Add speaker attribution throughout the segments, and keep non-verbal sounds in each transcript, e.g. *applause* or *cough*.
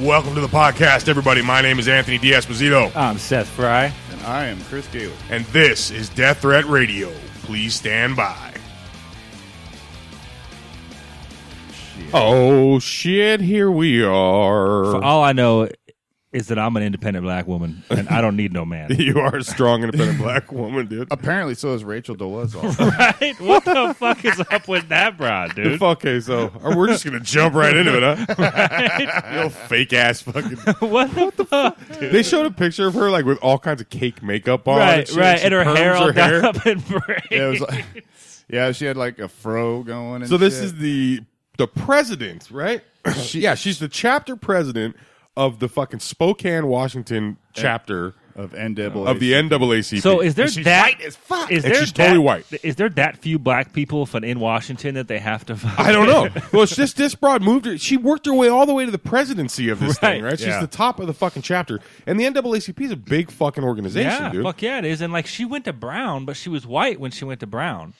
Speaker 1: Welcome to the podcast, everybody. My name is Anthony D'Esposito,
Speaker 2: I'm Seth Fry.
Speaker 3: And I am Chris Gaylor.
Speaker 1: and this is Death Threat Radio. Please stand by.
Speaker 3: Oh shit! Here we are.
Speaker 2: For all I know is that I'm an independent black woman and I don't need
Speaker 4: *laughs*
Speaker 2: no man.
Speaker 1: *laughs* You are a strong, independent black woman, dude.
Speaker 3: Apparently, so is Rachel Dolezal. *laughs*
Speaker 2: right? What the fuck is up with that broad, dude?
Speaker 1: Okay, so or *laughs* we're just gonna jump right
Speaker 4: *laughs*
Speaker 1: into it, huh? You fake ass fucking.
Speaker 2: What the, fuck?
Speaker 4: They showed a picture of her like with all kinds of cake makeup on.
Speaker 2: Right,
Speaker 4: and shit.
Speaker 2: right.
Speaker 4: She
Speaker 2: And her
Speaker 4: perms
Speaker 2: hair all done up in braids.
Speaker 3: yeah,
Speaker 2: *laughs*
Speaker 3: it was like, yeah, she had like a fro going. And
Speaker 4: So this
Speaker 3: shit.
Speaker 4: is the the president,
Speaker 3: *clears throat*
Speaker 4: right? yeah, she's the chapter president of the fucking Spokane, Washington chapter
Speaker 3: of NAACP.
Speaker 4: of the NAACP.
Speaker 2: so is there
Speaker 1: she's
Speaker 2: that
Speaker 1: white as fuck.
Speaker 2: Is
Speaker 4: And
Speaker 2: there
Speaker 4: she's
Speaker 2: that,
Speaker 4: totally white.
Speaker 2: Is there that few black people from in Washington that they have to fuck?
Speaker 4: I don't
Speaker 2: *laughs*
Speaker 4: know. Well, it's just this broad moved her. She worked her way all the way to the presidency of this thing,
Speaker 2: Right.
Speaker 4: right? She's
Speaker 1: Yeah.
Speaker 4: the top of the fucking chapter, and the NAACP is a big fucking organization,
Speaker 2: yeah,
Speaker 4: dude.
Speaker 2: fuck yeah, it is. And like she went to Brown, but she was white when she went to Brown.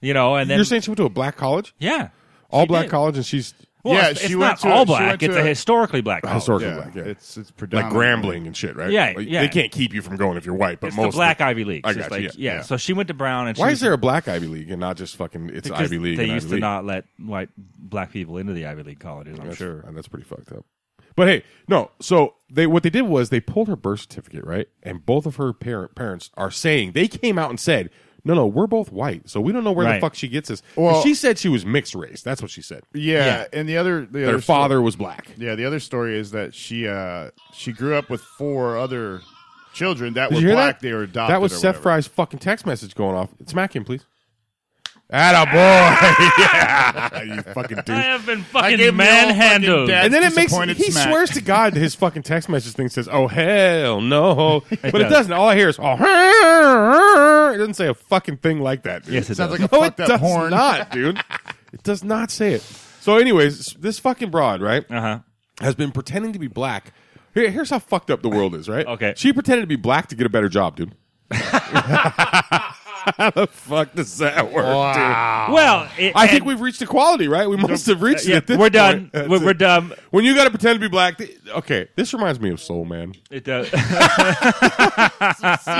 Speaker 2: you know, and then
Speaker 4: You're saying she went to a black college,
Speaker 2: yeah,
Speaker 4: all
Speaker 2: she
Speaker 4: black
Speaker 2: did.
Speaker 4: college, and she's
Speaker 2: Well,
Speaker 3: Yeah,
Speaker 2: it's,
Speaker 3: she
Speaker 2: it's
Speaker 3: went
Speaker 2: not
Speaker 3: to-
Speaker 2: all
Speaker 3: she
Speaker 2: black.
Speaker 3: went to
Speaker 2: It's a
Speaker 3: a-
Speaker 2: historically black. college.
Speaker 4: historically
Speaker 3: Oh, yeah,
Speaker 4: black, yeah.
Speaker 3: it's it's
Speaker 1: like
Speaker 3: predominant.
Speaker 1: Grambling and shit, right?
Speaker 2: Yeah,
Speaker 1: Like,
Speaker 2: yeah.
Speaker 1: They can't keep you from going if you're white, but
Speaker 2: It's
Speaker 1: most
Speaker 2: the black Ivy League.
Speaker 4: I
Speaker 2: It's just
Speaker 4: gotcha,
Speaker 2: like,
Speaker 4: yeah,
Speaker 2: yeah.
Speaker 4: yeah.
Speaker 2: So she went to Brown, and she
Speaker 4: Why
Speaker 2: was-
Speaker 4: is there a black Ivy League and not just fucking it's
Speaker 2: because
Speaker 4: Ivy League?
Speaker 2: They
Speaker 4: and
Speaker 2: used
Speaker 4: Ivy
Speaker 2: to
Speaker 4: League.
Speaker 2: not let white black people into the Ivy League colleges. I'm
Speaker 4: That's-
Speaker 2: sure.
Speaker 4: and that's pretty fucked up. But hey, no. So they what they did was they pulled her birth certificate, right? And both of her parent parents are saying they came out and said, "No, no, we're both white, so we don't know where
Speaker 2: Right.
Speaker 4: the fuck she gets this." 'Cause
Speaker 3: Well-
Speaker 4: she said she was mixed race. That's what she said.
Speaker 3: Yeah, and the other the
Speaker 4: Their
Speaker 3: other
Speaker 4: father was black.
Speaker 3: yeah, the other story is that she uh she grew up with four other children that
Speaker 4: Did
Speaker 3: were
Speaker 4: you hear
Speaker 3: black.
Speaker 4: that?
Speaker 3: They were adopted.
Speaker 4: That was
Speaker 3: or
Speaker 4: Seth
Speaker 3: whatever.
Speaker 4: Fry's fucking text message going off. Smack him, please. Attaboy. *laughs*
Speaker 1: you fucking
Speaker 2: I
Speaker 1: douche.
Speaker 2: have been
Speaker 3: I
Speaker 2: fucking
Speaker 3: gave me all fucking
Speaker 2: manhandled.
Speaker 3: death.
Speaker 4: and then it makes
Speaker 3: Disappointed
Speaker 4: he
Speaker 3: smack.
Speaker 4: swears to God that his fucking text message thing says, "Oh hell no,"
Speaker 2: *laughs*
Speaker 4: but it
Speaker 2: does.
Speaker 4: doesn't. All I hear is "oh." It doesn't say a fucking thing like that. Dude.
Speaker 2: Yes, it
Speaker 3: Sounds
Speaker 2: does.
Speaker 3: like a
Speaker 4: *laughs* no,
Speaker 3: fucked
Speaker 4: it
Speaker 3: up
Speaker 4: does
Speaker 3: horn.
Speaker 4: not,
Speaker 3: *laughs*
Speaker 4: dude. it does not say it. So, anyways, this fucking broad, right,
Speaker 2: uh huh.
Speaker 4: has been pretending to be black. Here, here's how fucked up the world is, right?
Speaker 2: Okay.
Speaker 4: she pretended to be black to get a better job,
Speaker 2: *laughs*
Speaker 4: dude. how the fuck does that work, dude?
Speaker 2: Well, it,
Speaker 4: I think
Speaker 2: and-
Speaker 4: we've reached equality, right? We must have reached it.
Speaker 2: yeah,
Speaker 4: at this
Speaker 2: we're done.
Speaker 4: point. That's
Speaker 2: We're, we're
Speaker 4: it.
Speaker 2: done.
Speaker 4: When you got to pretend to be black, th- okay, this reminds me of Soul Man.
Speaker 2: It *laughs* does.
Speaker 3: Do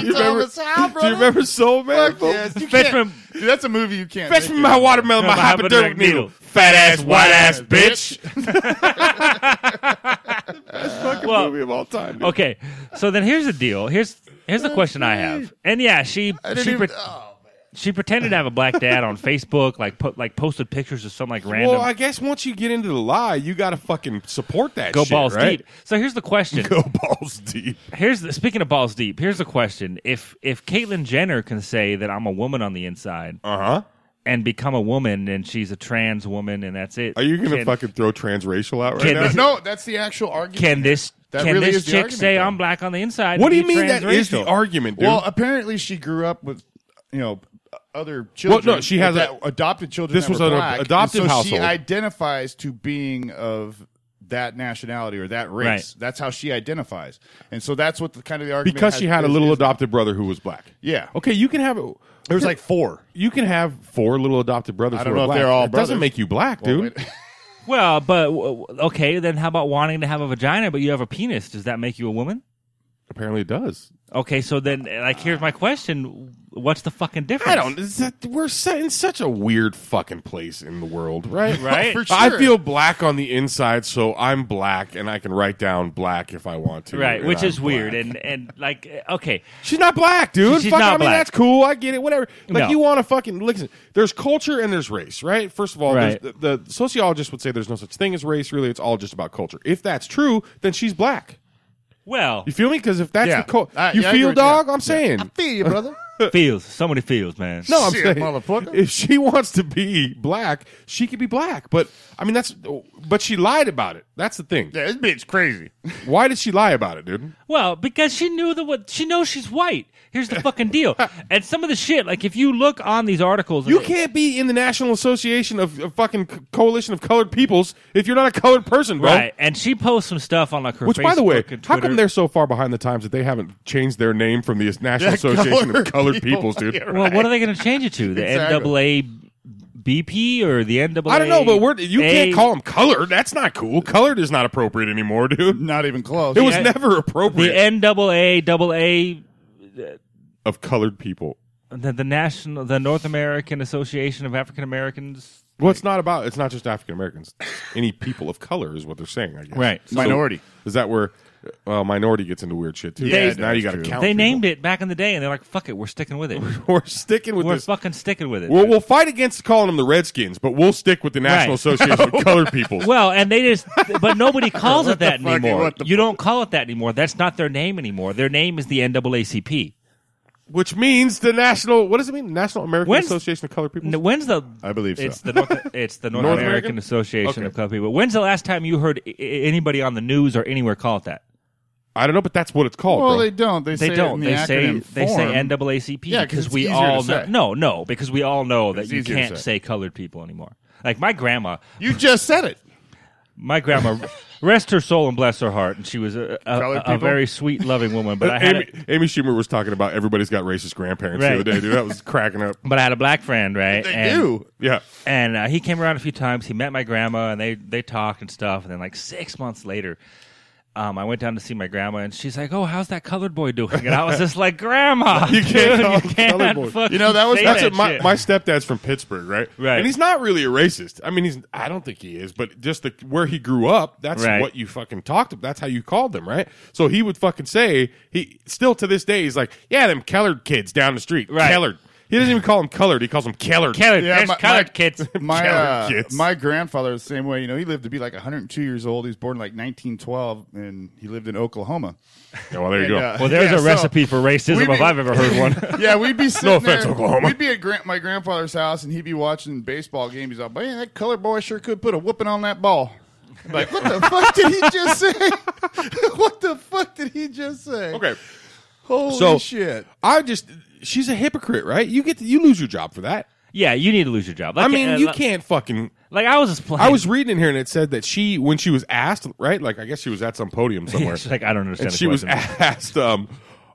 Speaker 3: you remember?
Speaker 4: Do you remember Soul Man?
Speaker 3: Yes, you
Speaker 2: Fetch
Speaker 3: can't-
Speaker 2: from-
Speaker 3: Dude, that's a movie you can't.
Speaker 4: Fetch
Speaker 3: make
Speaker 4: me
Speaker 3: it.
Speaker 4: my watermelon, my hypodermic needle. Fat ass, white ass bitch. Fucking
Speaker 2: Well,
Speaker 4: movie of all time. dude.
Speaker 2: okay. So then here's the deal. Here's here's the question I have. And yeah, she
Speaker 3: I
Speaker 2: she
Speaker 3: didn't
Speaker 2: pre-
Speaker 3: even- oh, man.
Speaker 2: she pretended to have a black dad on Facebook, like put like posted pictures of some like random.
Speaker 4: Well, I guess once you get into the lie, you got to fucking support that.
Speaker 2: Go
Speaker 4: shit,
Speaker 2: balls
Speaker 4: right?
Speaker 2: deep. So here's the question.
Speaker 4: Go balls deep.
Speaker 2: Here's the, speaking of balls deep. Here's the question: If if Caitlyn Jenner can say that I'm a woman on the inside
Speaker 4: Uh
Speaker 3: Uh-huh.
Speaker 4: huh.
Speaker 2: and become a woman, and she's a trans woman, and that's it,
Speaker 4: Are you gonna
Speaker 2: can,
Speaker 4: fucking throw transracial out right
Speaker 2: Can
Speaker 4: now?
Speaker 2: this-
Speaker 3: *laughs* No, that's the actual argument.
Speaker 2: Can this
Speaker 3: That
Speaker 2: can
Speaker 3: really
Speaker 2: this
Speaker 3: is the
Speaker 2: chick
Speaker 3: argument,
Speaker 2: say
Speaker 3: though.
Speaker 2: I'm black on the inside?
Speaker 4: What
Speaker 2: and
Speaker 4: do you
Speaker 2: be
Speaker 4: mean that is
Speaker 2: transracial?"
Speaker 4: the argument, dude?
Speaker 3: Well, apparently she grew up with, you know, other
Speaker 4: Well,
Speaker 3: children.
Speaker 4: no, she has
Speaker 3: that
Speaker 4: a-
Speaker 3: adopted children.
Speaker 4: this
Speaker 3: that
Speaker 4: was
Speaker 3: were
Speaker 4: an
Speaker 3: black, and
Speaker 4: adopted
Speaker 3: so She
Speaker 4: household.
Speaker 3: identifies to being of that nationality or that race.
Speaker 2: Right.
Speaker 3: That's how she identifies, and so that's what the kind of the argument
Speaker 4: because
Speaker 3: has-
Speaker 4: she had a
Speaker 3: is-
Speaker 4: little
Speaker 3: is-
Speaker 4: adopted brother who was black.
Speaker 3: Yeah.
Speaker 4: Okay, you can have. it.
Speaker 3: There was like four.
Speaker 4: You can have four little adopted brothers.
Speaker 3: I don't
Speaker 4: who are
Speaker 3: know if
Speaker 4: black.
Speaker 3: they're all
Speaker 4: It doesn't
Speaker 3: brothers.
Speaker 4: make you black,
Speaker 3: Well,
Speaker 4: *laughs* dude.
Speaker 3: wait-
Speaker 2: Well, but w- w- okay, then how about wanting to have a vagina but you have a penis? Does that make you a woman?
Speaker 4: Apparently, it does.
Speaker 2: Okay, so then like here's my question: What's the fucking difference?
Speaker 4: I don't. Is that, we're set in such a weird fucking place in the world, *laughs* right?
Speaker 2: Right?
Speaker 3: For sure.
Speaker 4: I feel black on the inside, so I'm black, and I can write down black if I want to.
Speaker 2: right,
Speaker 4: and
Speaker 2: which
Speaker 4: I'm
Speaker 2: is weird,
Speaker 4: black.
Speaker 2: and and like okay,
Speaker 4: she's not black, dude.
Speaker 2: She's
Speaker 4: Fuck,
Speaker 2: not
Speaker 4: I mean,
Speaker 2: black.
Speaker 4: that's cool. I get it. Whatever. Like
Speaker 2: No.
Speaker 4: you want to fucking listen. There's culture and there's race, right? First of all,
Speaker 2: Right.
Speaker 4: there's, the, the sociologist would say there's no such thing as race. Really, it's all just about culture. If that's true, then she's black. *laughs*
Speaker 2: well,
Speaker 4: You feel me? Because if that's
Speaker 3: Yeah.
Speaker 4: the co-
Speaker 3: I-
Speaker 4: you
Speaker 3: yeah, I
Speaker 4: feel,
Speaker 3: agree.
Speaker 4: dog.
Speaker 3: Yeah.
Speaker 4: I'm saying.
Speaker 3: *laughs* feel you, brother.
Speaker 2: feels somebody feels, man.
Speaker 4: *laughs* No, I'm
Speaker 3: Shit,
Speaker 4: saying,
Speaker 3: motherfucker.
Speaker 4: if she wants to be black, she could be black. But I mean, that's but she lied about it. That's the thing.
Speaker 3: yeah, this bitch crazy.
Speaker 4: Why did she lie about it, dude?
Speaker 2: Well, because she knew the what she knows she's white. Here's the
Speaker 4: *laughs*
Speaker 2: fucking deal. And some of the shit, like if you look on these articles,
Speaker 4: You can't be in the National Association of, of fucking co- Coalition of Colored Peoples if you're not a colored person, bro.
Speaker 2: right? And she posts some stuff on like her.
Speaker 4: Which, by the way,
Speaker 2: Facebook and
Speaker 4: how come
Speaker 2: Twitter.
Speaker 4: they're so far behind the times that they haven't changed their name from the National
Speaker 3: Yeah,
Speaker 4: Association
Speaker 3: colored
Speaker 4: of Colored
Speaker 3: people.
Speaker 4: Peoples, dude? *laughs*
Speaker 3: *laughs* Yeah,
Speaker 2: Well, what are they going to change it to? The
Speaker 3: Exactly.
Speaker 2: NAA BP or the NAA?
Speaker 4: I don't know, but we're you
Speaker 2: A-
Speaker 4: can't call them colored. That's not cool. Colored is not appropriate anymore, dude.
Speaker 3: Not even close.
Speaker 4: It was *laughs*
Speaker 2: N-
Speaker 4: never
Speaker 2: e the e
Speaker 4: appropriate
Speaker 2: NAA, double A,
Speaker 4: of colored people.
Speaker 2: the, the national, the North American Association of African Americans.
Speaker 4: Well, it's not about. It's not just African Americans. Any people of color is what they're saying. I guess.
Speaker 2: So
Speaker 3: Minority.
Speaker 4: Is that where? Well, minority gets into weird shit too.
Speaker 3: Yeah,
Speaker 4: Because now
Speaker 3: that's
Speaker 4: you got to
Speaker 3: true.
Speaker 4: count.
Speaker 2: They named it back in the day, and they're like, "Fuck it, we're sticking
Speaker 4: *laughs*
Speaker 2: with it.
Speaker 4: We're sticking with
Speaker 2: we're
Speaker 4: this.
Speaker 2: fucking sticking with it."
Speaker 4: We'll, we'll fight against calling them the Redskins, but we'll stick with the National
Speaker 2: Right.
Speaker 4: Association
Speaker 3: *laughs*
Speaker 4: of Colored People.
Speaker 2: well, and they just, but nobody calls it that
Speaker 3: the fuck-
Speaker 2: anymore.
Speaker 3: what the
Speaker 2: you don't call it that anymore. That's not their name anymore. Their name is the NAACP.
Speaker 4: which means the National. What does it mean? National American
Speaker 2: When's-
Speaker 4: Association of Colored People.
Speaker 2: N- When's the?
Speaker 3: I believe so.
Speaker 2: It's the North, it's the North,
Speaker 4: North
Speaker 2: American,
Speaker 4: American?
Speaker 2: Association
Speaker 4: Okay.
Speaker 2: of Colored People. When's the last time you heard I- I- anybody on the news or anywhere call it that?
Speaker 4: I don't know, but that's what it's called.
Speaker 3: well,
Speaker 4: bro.
Speaker 3: they don't. They,
Speaker 2: They
Speaker 3: say
Speaker 2: don't.
Speaker 3: It
Speaker 2: They
Speaker 3: in the
Speaker 2: say
Speaker 3: acronym
Speaker 2: they say
Speaker 3: form.
Speaker 2: NAACP
Speaker 3: Yeah, 'cause
Speaker 2: because
Speaker 3: it's
Speaker 2: we
Speaker 3: easier
Speaker 2: all
Speaker 3: to
Speaker 2: know.
Speaker 3: say.
Speaker 2: No, no, because we all know that
Speaker 3: It's
Speaker 2: you
Speaker 3: easier to
Speaker 2: can't
Speaker 3: say.
Speaker 2: say colored people anymore. Like my grandma,
Speaker 3: You just said it.
Speaker 2: my
Speaker 3: *laughs*
Speaker 2: grandma, rest her soul and bless her heart, and she was a, a,
Speaker 3: Colored
Speaker 2: a, a
Speaker 3: people?
Speaker 2: very sweet, loving woman.
Speaker 3: *laughs*
Speaker 2: But I had
Speaker 4: Amy,
Speaker 2: a,
Speaker 4: Amy Schumer was talking about everybody's got racist grandparents
Speaker 2: Right.
Speaker 4: the other day, dude. That was cracking up.
Speaker 2: but I had a black friend, right?
Speaker 3: They
Speaker 2: and,
Speaker 3: do.
Speaker 4: Yeah.
Speaker 2: And uh, he came around a few times. He met my grandma, and they they talked and stuff. And then like six months later, um, I went down to see my grandma, and she's like, "Oh, how's that colored boy doing?" And I was just like, "Grandma,
Speaker 4: You can't
Speaker 2: dude,
Speaker 4: call him
Speaker 2: you can't
Speaker 4: colored boy."
Speaker 2: fucking
Speaker 3: You know, that was-
Speaker 2: say
Speaker 4: That's
Speaker 2: that
Speaker 4: it. My,
Speaker 2: shit.
Speaker 4: my stepdad's from Pittsburgh, right?
Speaker 2: Right.
Speaker 4: And he's not really a racist. I mean, he's I don't think he is, but just the where he grew up, that's
Speaker 2: Right.
Speaker 4: what you fucking talked about. That's how you called them, right? So he would fucking say he still to this day he's like, yeah, them colored kids down the street,
Speaker 2: Right.
Speaker 4: colored. He doesn't even call them colored. He calls them colored.
Speaker 3: *laughs*
Speaker 2: colored,
Speaker 3: Yeah,
Speaker 2: there's
Speaker 3: my-
Speaker 2: colored
Speaker 3: my-
Speaker 2: kids.
Speaker 3: *laughs* My
Speaker 4: Colored
Speaker 3: uh,
Speaker 4: kids.
Speaker 3: my grandfather was the same way. You know, he lived to be like 102 years old. He was born in like 1912, and he lived in Oklahoma.
Speaker 4: Yeah, well, there you go.
Speaker 3: And, uh,
Speaker 2: Well, there's
Speaker 3: yeah,
Speaker 2: a
Speaker 3: so-
Speaker 2: recipe for racism
Speaker 3: we'd
Speaker 2: if
Speaker 3: be-
Speaker 2: I've ever heard one.
Speaker 3: Yeah, we'd *laughs* be sitting
Speaker 4: offense,
Speaker 3: there,
Speaker 4: Oklahoma.
Speaker 3: We'd be at gran- my grandfather's house, and he'd be watching baseball games. He's like, "Man, that color boy sure could put a whooping on that ball." I'm like, what the fuck did he just say? *laughs* what the fuck did he just say?
Speaker 4: okay.
Speaker 3: holy
Speaker 4: So-
Speaker 3: shit!
Speaker 4: I just she's a hypocrite, right? You get to, you lose your job for that.
Speaker 2: *laughs* yeah, you need to lose your job. Like,
Speaker 4: I mean,
Speaker 2: uh,
Speaker 4: you
Speaker 2: like-
Speaker 4: can't fucking
Speaker 2: Like I was just playing.
Speaker 4: I was reading in here and it said that she, when she was asked, right? Like, I guess she was at some podium somewhere.
Speaker 2: She's *laughs* like I don't understand.
Speaker 4: and
Speaker 2: the
Speaker 4: she was
Speaker 2: question.
Speaker 4: asked, um,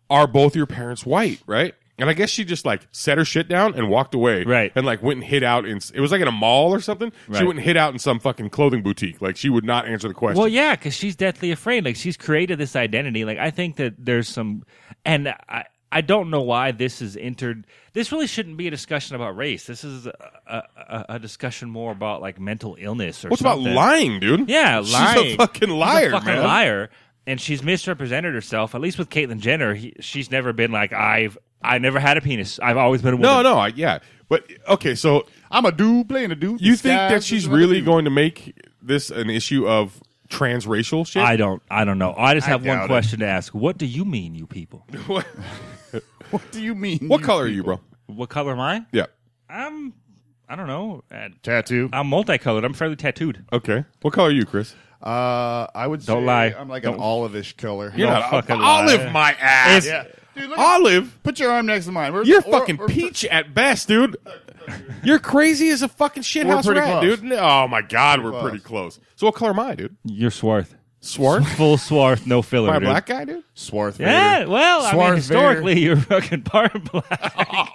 Speaker 4: are both your parents white, right? And I guess she just like set her shit down and walked away.
Speaker 2: Right.
Speaker 4: And like went and hid out in, it was like in a mall or something. She
Speaker 2: Right.
Speaker 4: went and hid out in some fucking clothing boutique. Like she would not answer the question.
Speaker 2: Well, yeah, because she's deathly afraid. Like she's created this identity. Like I think that there's some, and I I don't know why this is entered. This really shouldn't be a discussion about race. This is a, a, a- a discussion more about like mental illness or
Speaker 4: What's about
Speaker 2: something.
Speaker 4: lying, dude?
Speaker 2: Yeah,
Speaker 4: *laughs* She's
Speaker 2: lying.
Speaker 4: a fucking liar,
Speaker 2: She's a fucking
Speaker 4: man.
Speaker 2: liar, and she's misrepresented herself. At least with Caitlyn Jenner, he, she's never been like I've I never had a penis. I've always been a woman.
Speaker 4: No, no, I, yeah. But okay, so
Speaker 3: I'm a dude playing a dude.
Speaker 4: you think that
Speaker 3: Disguised
Speaker 4: she's
Speaker 3: as another
Speaker 4: really
Speaker 3: dude.
Speaker 4: going to make this an issue of transracial shit? *laughs*
Speaker 2: I don't. I don't know. I just have
Speaker 3: doubt
Speaker 2: one
Speaker 3: it.
Speaker 2: question to ask. What do you mean, you people?
Speaker 3: What do you mean?
Speaker 4: what color are you, bro?
Speaker 2: What color am I?
Speaker 4: Yeah.
Speaker 2: I'm. I don't know. Uh,
Speaker 3: tattoo?
Speaker 2: I'm multicolored. I'm fairly tattooed.
Speaker 4: Okay. What color are you, Chris?
Speaker 3: Uh, I would
Speaker 2: Don't
Speaker 3: say
Speaker 2: lie.
Speaker 3: I'm like an olivish color.
Speaker 4: You're
Speaker 2: Don't
Speaker 4: not
Speaker 2: fucking
Speaker 4: olive,
Speaker 2: lie.
Speaker 4: my ass.
Speaker 2: It's-
Speaker 3: yeah, dude. Look at,
Speaker 4: Olive,
Speaker 3: put your arm next to mine. We're,
Speaker 4: you're
Speaker 3: we're-
Speaker 4: fucking
Speaker 3: we're-
Speaker 4: peach at best, dude. You're crazy as a fucking shithouse
Speaker 3: pretty
Speaker 4: rat,
Speaker 3: close.
Speaker 4: dude. No- Oh my god, we're
Speaker 3: close.
Speaker 4: pretty close. So what color am I, dude?
Speaker 2: You're swarth.
Speaker 4: Swart?
Speaker 2: Full swarth, no filler.
Speaker 4: Am I a
Speaker 2: dude.
Speaker 4: black guy, dude?
Speaker 3: Swarth.
Speaker 2: Yeah, well, I mean,
Speaker 3: Swarth
Speaker 2: historically, you're fucking part black.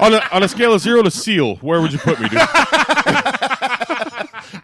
Speaker 4: on, a, on a scale of zero to seal, where would you put me, dude?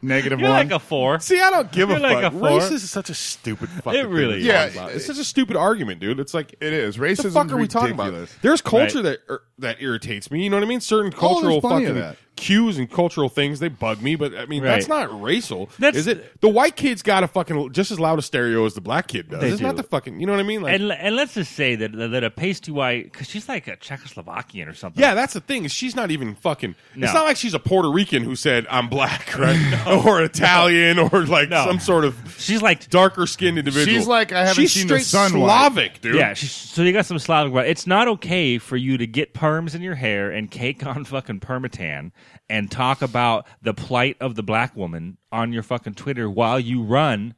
Speaker 3: Negative
Speaker 2: You're
Speaker 3: one.
Speaker 2: like a four.
Speaker 4: See, I don't give
Speaker 2: You're
Speaker 4: a
Speaker 2: like
Speaker 4: fuck.
Speaker 2: a four.
Speaker 4: Racist is such a stupid fucking.
Speaker 2: It
Speaker 4: thing
Speaker 2: really is.
Speaker 4: to talk
Speaker 3: Yeah,
Speaker 4: about.
Speaker 3: it-
Speaker 4: it's such a stupid argument, dude. It's like
Speaker 3: it is racism.
Speaker 4: the fuck are we talking about? There's culture that er, that irritates me. You know what I mean? Certain cultural
Speaker 3: plenty of
Speaker 4: fucking
Speaker 3: that.
Speaker 4: cues and cultural things they bug me. But I mean,
Speaker 2: Right.
Speaker 4: that's not racial,
Speaker 2: That's-
Speaker 4: is it? The white kid's got a fucking just as loud a stereo as the black kid does.
Speaker 2: They
Speaker 4: It's
Speaker 2: do.
Speaker 4: not the fucking. You know what I mean? Like,
Speaker 2: And, and let's just say that that a pasty white, because she's like a Czechoslovakian or something.
Speaker 4: yeah, that's the thing. is She's not even fucking.
Speaker 2: No.
Speaker 4: It's not like she's a Puerto Rican who said I'm black, *laughs* right? or Italian, or like
Speaker 2: No.
Speaker 4: some sort of
Speaker 2: she's like.
Speaker 4: darker skinned individual.
Speaker 3: She's like, I haven't
Speaker 4: She's
Speaker 3: seen the
Speaker 4: straight
Speaker 3: sun white.
Speaker 4: Slavic, dude.
Speaker 2: Yeah, she's, so you got some Slavic. blood. It's not okay for you to get perms in your hair and cake on fucking permatan and talk about the plight of the black woman on your fucking Twitter while you run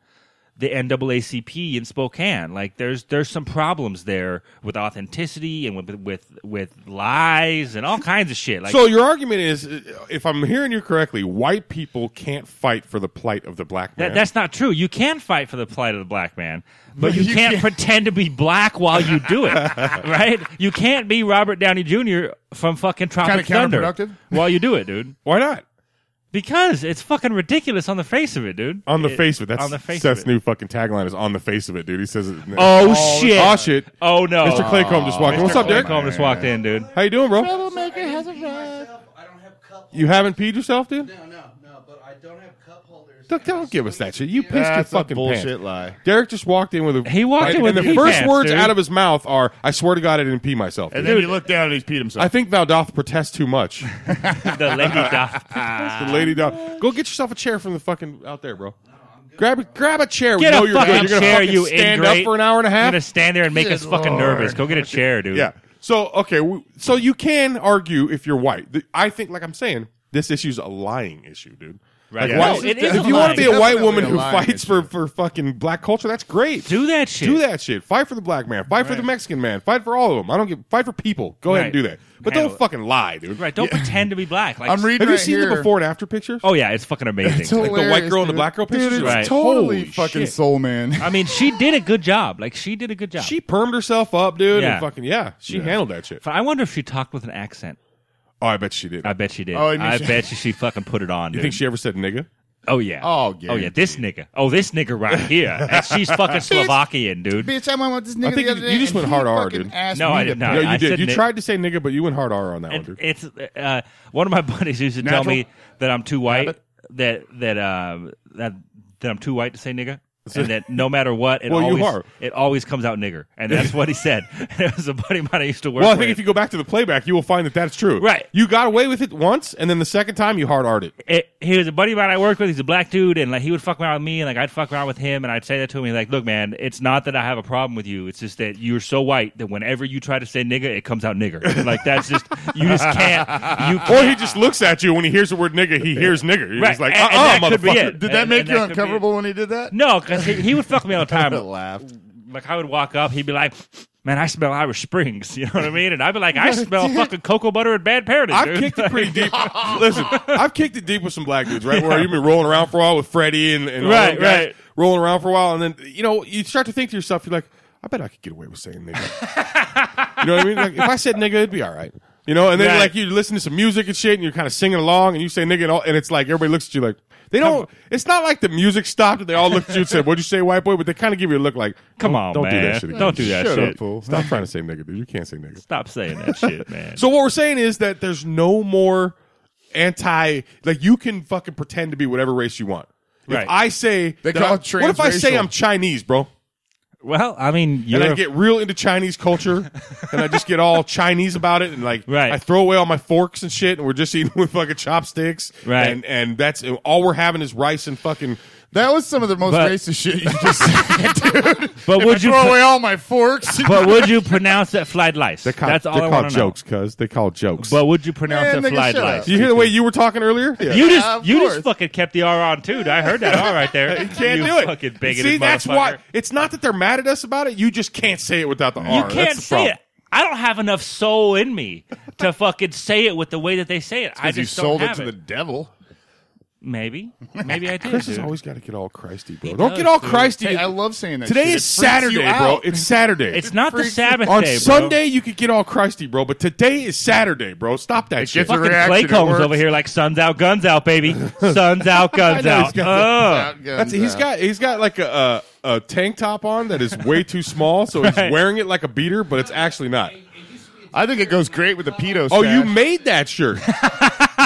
Speaker 2: the NAACP in Spokane. Like there's there's some problems there with authenticity and with with with lies and all kinds of shit. Like
Speaker 4: so your argument is, uh, if I'm hearing you correctly, white people can't fight for the plight of the black man.
Speaker 2: That, that's not true. You can fight for the plight of the black man, but you,
Speaker 3: You
Speaker 2: can't,
Speaker 3: can't.
Speaker 2: pretend to be black while you
Speaker 4: *laughs*
Speaker 2: do it, right? You can't be Robert Downey Jr. from fucking Tropic Thunder
Speaker 3: counterproductive.
Speaker 2: while you do it, dude.
Speaker 4: Why not?
Speaker 2: Because it's fucking ridiculous on the face of it, dude.
Speaker 4: On the
Speaker 2: It-
Speaker 4: face of it. That's
Speaker 2: on the face
Speaker 4: Seth's
Speaker 2: of it.
Speaker 4: new fucking tagline is on the face of it, dude. He says it.
Speaker 2: Oh,
Speaker 4: Oh,
Speaker 2: shit!
Speaker 4: oh, shit.
Speaker 2: Oh no!
Speaker 4: Mr. Claycomb just walked in.
Speaker 2: Mr.
Speaker 4: What's up, Derek?
Speaker 2: Claycomb just walked in, dude.
Speaker 4: How you doing, bro?
Speaker 3: Troublemaker has arrived.
Speaker 5: I don't have cup.
Speaker 4: You haven't peed yourself, dude?
Speaker 5: No, no, no. But I don't have cup holders.
Speaker 4: Don't, don't give us that shit. You pissed your
Speaker 3: That's a
Speaker 4: fucking
Speaker 3: bullshit
Speaker 4: pants.
Speaker 3: lie.
Speaker 4: Derek just walked in with a.
Speaker 2: He walked in with
Speaker 4: and
Speaker 2: pee
Speaker 4: the first
Speaker 2: pants,
Speaker 4: words
Speaker 2: dude.
Speaker 4: out of his mouth are, "I swear to God, I didn't pee myself."
Speaker 3: And
Speaker 4: dude.
Speaker 3: then he looked down and he's peed himself.
Speaker 4: I think thou doth protest too much.
Speaker 2: The
Speaker 4: *laughs*
Speaker 2: lady doth.
Speaker 4: the lady doth. Go get yourself a chair from the fucking out there, bro. Grab a, grab a chair.
Speaker 2: Get
Speaker 4: we know
Speaker 2: a
Speaker 4: you're
Speaker 2: fucking
Speaker 4: good. You're gonna
Speaker 2: chair,
Speaker 4: fucking
Speaker 2: you
Speaker 4: stand
Speaker 2: ingrate.
Speaker 4: up for an hour and a
Speaker 2: You're
Speaker 4: half.
Speaker 2: gonna stand there and make us fucking
Speaker 3: Lord.
Speaker 2: nervous. Go get a chair, dude.
Speaker 4: Yeah. So okay, we, so you can argue if you're white. The- I think, like I'm saying, this issue's a lying issue, dude. Like,
Speaker 2: Yeah.
Speaker 4: why-
Speaker 2: No, it is
Speaker 4: if
Speaker 2: a
Speaker 4: you want
Speaker 2: lying-
Speaker 4: to be a white
Speaker 3: Definitely
Speaker 4: woman
Speaker 3: a
Speaker 4: who
Speaker 3: lying
Speaker 4: fights for, for fucking black culture, that's great.
Speaker 2: Do that shit.
Speaker 4: Do that shit. Fight for the black man. Fight for the Mexican man. Fight for all of them. I don't give. Fight for people. Go ahead and
Speaker 2: Right.
Speaker 4: do that. But
Speaker 2: Handle
Speaker 4: don't
Speaker 2: it.
Speaker 4: fucking lie, dude.
Speaker 2: Right. Don't pretend to be black. Like,
Speaker 3: I'm reading.
Speaker 4: Have you
Speaker 3: right
Speaker 4: seen
Speaker 3: here.
Speaker 4: the before and after pictures?
Speaker 2: Oh yeah, it's fucking amazing.
Speaker 3: It's
Speaker 4: like the white
Speaker 3: hilarious,
Speaker 4: girl and the
Speaker 3: dude.
Speaker 4: black girl pictures?
Speaker 3: Dude, it's
Speaker 2: Right.
Speaker 3: totally
Speaker 4: Holy
Speaker 3: fucking
Speaker 4: shit.
Speaker 3: soul man.
Speaker 2: I mean, she did a good job. Like she did a good job.
Speaker 4: She permed herself up, dude.
Speaker 2: Yeah.
Speaker 4: And fucking yeah, she handled that shit.
Speaker 2: F- I wonder if she talked with an accent.
Speaker 4: Oh, I bet she did.
Speaker 2: I bet she did.
Speaker 3: Oh, I knew
Speaker 2: I
Speaker 3: she-
Speaker 2: bet you she fucking put it on.
Speaker 4: you
Speaker 2: dude.
Speaker 4: think she ever said nigga?
Speaker 2: oh yeah.
Speaker 3: Oh,
Speaker 2: oh yeah. This nigga. Oh this nigga right here.
Speaker 4: *laughs*
Speaker 2: And she's fucking Slovakian, dude.
Speaker 3: Bitch, I went with this nigga
Speaker 4: I think
Speaker 3: the
Speaker 4: you-
Speaker 3: other
Speaker 4: you
Speaker 3: day.
Speaker 4: just
Speaker 3: and
Speaker 4: went
Speaker 3: he
Speaker 4: hard R,
Speaker 3: fucking
Speaker 4: dude.
Speaker 3: asked
Speaker 2: No,
Speaker 3: me
Speaker 2: I
Speaker 3: to
Speaker 2: did not.
Speaker 4: no, you
Speaker 2: Uh, I
Speaker 4: did.
Speaker 2: said
Speaker 4: You
Speaker 2: ni-
Speaker 4: tried to say nigga, but you went hard R on that one,
Speaker 2: It,
Speaker 4: dude.
Speaker 2: it's uh, one of my *laughs* buddies used to tell
Speaker 3: Natural.
Speaker 2: me that I'm too white.
Speaker 3: Habit.
Speaker 2: That that uh, that that I'm too white to say nigga. And that no matter what, it
Speaker 4: Well, you
Speaker 2: always
Speaker 4: are.
Speaker 2: it always comes out nigger, and that's what
Speaker 4: *laughs*
Speaker 2: he said. *laughs* And it was a buddy of mine I used to work
Speaker 4: Well, I
Speaker 2: with.
Speaker 4: think if you go back to the playback, you will find that that's true.
Speaker 2: Right.
Speaker 4: You got away with it once, and then the second time you hard art it.
Speaker 2: it, he was a buddy of mine I worked with. He's a black dude, and like he would fuck around with me, and like I'd fuck around with him, and I'd say that to him. He's like, "Look, man, it's not that I have a problem with you. It's just that you're so white that whenever you try to say nigga, it comes out nigger. like that's just you just can't.
Speaker 4: *laughs*
Speaker 2: You
Speaker 4: Or
Speaker 2: can't.
Speaker 4: he just looks at you when he hears the word nigga. He hears nigger. He's
Speaker 2: Right.
Speaker 4: like,
Speaker 2: And- and
Speaker 4: uh,
Speaker 2: that
Speaker 4: uh
Speaker 2: could be
Speaker 4: motherfucker.
Speaker 2: it.
Speaker 3: Did
Speaker 2: And-
Speaker 3: that make
Speaker 2: and
Speaker 3: you
Speaker 2: that could be-
Speaker 3: uncomfortable when he did that?
Speaker 2: no, because he, he would fuck me all the time.
Speaker 3: I laughed.
Speaker 2: like I would walk up, he'd be like, "Man, I smell Irish Springs." *laughs* You know what I mean? And I'd be like, "I
Speaker 4: *laughs*
Speaker 2: smell fucking cocoa butter and bad parenting."
Speaker 4: I've
Speaker 2: dude. *laughs*
Speaker 4: kicked it pretty deep. Listen, I've kicked it deep with some black dudes, right? Where you've been rolling around for a while with Freddie and, and all
Speaker 2: Right,
Speaker 4: them guys,
Speaker 2: right.
Speaker 4: rolling around for a while, and then you know you start to think to yourself, you're like, I bet I could get away with saying nigga.
Speaker 2: *laughs*
Speaker 4: you know what I mean? Like, if I said nigga, it'd be all right. You know, and then
Speaker 2: Right.
Speaker 4: like you listen to some music and shit, and you're kind of singing along, and you say nigga, and, all, and it's like everybody looks at you like they don't. It's not like the music stopped and they all looked at you and said, "What'd you say, white boy?" But they kind of give you a look like,
Speaker 2: Come
Speaker 4: "Don't-
Speaker 2: on,
Speaker 4: don't do
Speaker 2: man.
Speaker 4: that shit again.
Speaker 2: Don't do that
Speaker 3: Shut
Speaker 2: shit.
Speaker 3: up, fool.
Speaker 4: Stop trying to say nigga, dude. You can't say nigga."
Speaker 2: Stop saying that shit, man.
Speaker 4: So what we're saying is that there's no more anti like you can fucking pretend to be whatever race you want.
Speaker 2: Right.
Speaker 4: If I say
Speaker 3: They
Speaker 4: that
Speaker 3: call
Speaker 4: I-
Speaker 3: it
Speaker 4: What if I say
Speaker 3: transracial.
Speaker 4: I'm Chinese, bro?
Speaker 2: well, I mean, you're
Speaker 4: And I get real into Chinese
Speaker 2: *laughs*
Speaker 4: culture and I just get all Chinese about it and like
Speaker 2: Right.
Speaker 4: I throw away all my forks and shit and we're just eating *laughs* with fucking chopsticks.
Speaker 2: Right.
Speaker 4: And and that's all we're having is rice and fucking
Speaker 3: That was some of the most
Speaker 2: But-
Speaker 3: racist shit you just said, dude.
Speaker 2: but
Speaker 3: I
Speaker 2: would you?
Speaker 3: throw away all my forks.
Speaker 2: but would you pronounce that fried lice?
Speaker 4: they call,
Speaker 2: That's all
Speaker 4: they
Speaker 2: I
Speaker 4: call
Speaker 2: want to know.
Speaker 4: jokes, cuz they call jokes.
Speaker 2: But would you pronounce
Speaker 3: Man,
Speaker 2: that
Speaker 3: nigga,
Speaker 2: fried
Speaker 3: shut
Speaker 2: lice?
Speaker 3: up.
Speaker 4: you hear the way you were talking earlier? Yeah.
Speaker 2: You just
Speaker 3: Yeah, of
Speaker 2: you just
Speaker 3: course.
Speaker 2: fucking kept the R on too. dude. I heard that R right there. you
Speaker 4: can't do it.
Speaker 2: Fucking bigoted
Speaker 4: See, that's
Speaker 2: motherfucker.
Speaker 4: why it's not that they're mad at us about it. You just can't say it without the
Speaker 2: You
Speaker 4: R. That's
Speaker 2: can't
Speaker 4: the
Speaker 2: say
Speaker 4: problem.
Speaker 2: it. I don't have enough soul in me to fucking say it with the way that they say it. I
Speaker 3: Because
Speaker 2: just
Speaker 3: you
Speaker 2: don't
Speaker 3: sold it
Speaker 2: have
Speaker 3: to the devil.
Speaker 2: Maybe, maybe
Speaker 4: *laughs*
Speaker 2: I did.
Speaker 4: Chris has
Speaker 2: dude.
Speaker 4: always got to get all Christy, bro.
Speaker 2: He
Speaker 4: Don't
Speaker 2: does,
Speaker 4: get all
Speaker 2: dude.
Speaker 4: Christy.
Speaker 3: Hey, I love saying that.
Speaker 4: Today
Speaker 3: shit.
Speaker 4: is
Speaker 3: It freaks you
Speaker 4: Saturday, bro.
Speaker 3: out.
Speaker 4: It's Saturday.
Speaker 2: It's not the
Speaker 3: freaks-
Speaker 2: Sabbath
Speaker 4: on
Speaker 2: day, bro.
Speaker 4: Sunday. You could get all Christy, bro, but today is Saturday, bro. Stop that
Speaker 3: It
Speaker 4: shit.
Speaker 3: gets a
Speaker 2: Fucking
Speaker 3: reaction. it
Speaker 2: Claycombs
Speaker 3: works.
Speaker 2: over here, like suns out, guns out, baby. Suns
Speaker 4: *laughs*
Speaker 2: out, guns
Speaker 4: know,
Speaker 2: out.
Speaker 4: he's got
Speaker 2: Ugh.
Speaker 3: Out
Speaker 4: That's,
Speaker 3: guns
Speaker 4: he's
Speaker 2: uh,
Speaker 3: out.
Speaker 4: got he's got like a, a a tank top on that is way too small, so he's
Speaker 2: Right.
Speaker 4: wearing it like a beater, but it's actually not.
Speaker 3: I think it goes great with the pedo.
Speaker 4: Oh, you
Speaker 3: stash.
Speaker 4: made that
Speaker 2: *laughs*
Speaker 4: shirt.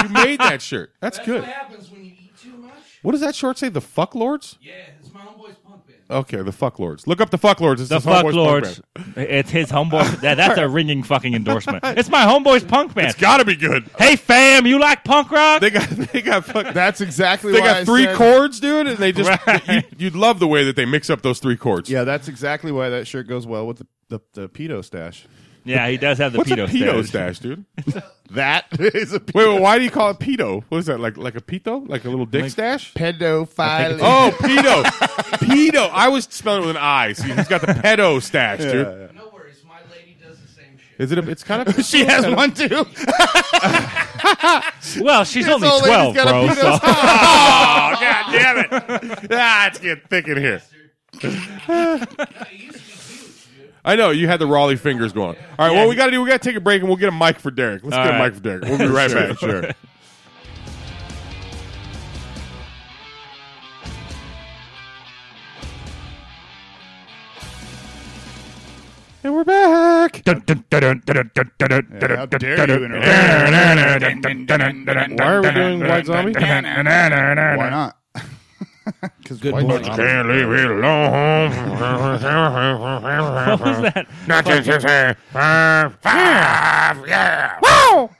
Speaker 4: you made that shirt. That's
Speaker 5: That's
Speaker 4: good.
Speaker 5: what happens when you eat too much.
Speaker 4: What does that short say? The fuck lords?
Speaker 5: Yeah, it's my homeboy's punk band.
Speaker 4: Okay, the fuck lords. Look up the fuck lords. It's
Speaker 2: The
Speaker 4: his
Speaker 2: fuck
Speaker 4: homeboy's punk
Speaker 2: lords.
Speaker 4: band.
Speaker 2: It's
Speaker 4: *laughs*
Speaker 2: his homeboy. that, that's a ringing fucking endorsement. It's my homeboy's punk band.
Speaker 4: It's got to be good.
Speaker 2: Hey fam, you like punk rock?
Speaker 4: They got *laughs* they got fuck,
Speaker 3: That's exactly.
Speaker 4: they
Speaker 3: why I
Speaker 4: got three
Speaker 3: said-
Speaker 4: chords, dude, and they just
Speaker 2: *laughs* Right.
Speaker 4: you, you'd love the way that they mix up those three chords.
Speaker 3: Yeah, that's exactly why that shirt goes well with the the, the pedo stash.
Speaker 2: Yeah, he does have the
Speaker 4: What's
Speaker 2: pedo
Speaker 4: a pedo
Speaker 2: stash.
Speaker 4: stash, dude?
Speaker 3: That *laughs* is a
Speaker 4: Wait, wait, why do you call it pedo? What is that? Like like a pito? Like a little dick
Speaker 2: *laughs*
Speaker 4: stash?
Speaker 3: pedophile.
Speaker 4: Oh, pedo. pedo. I was spelling it with an I. See, he's got the pedo stash, dude.
Speaker 5: No worries, my lady does the same shit.
Speaker 4: Is it a, it's
Speaker 2: *laughs*
Speaker 4: kind of
Speaker 3: she has
Speaker 4: *laughs*
Speaker 3: one too.
Speaker 2: Well, she's only
Speaker 3: old lady's
Speaker 2: twelve,
Speaker 3: got a
Speaker 2: bro. so-
Speaker 3: pedo
Speaker 4: Oh, god damn it. Ah, it's getting thick in here.
Speaker 5: No, it used to be huge, dude.
Speaker 4: *laughs* I know you had the Raleigh fingers going. All right, what we got to do? We got to take a break and we'll get a mic for Derek. Let's
Speaker 2: All
Speaker 4: get a
Speaker 2: right.
Speaker 4: mic for Derek. *laughs* We'll be right back. Sure. And we're *laughs* back.
Speaker 3: how dare you interrupt.
Speaker 4: Why are we doing White Zombie? *laughs*
Speaker 3: Why not? Because good boy.
Speaker 1: Can't leave it alone. what
Speaker 2: was that?
Speaker 1: Five, five, yeah.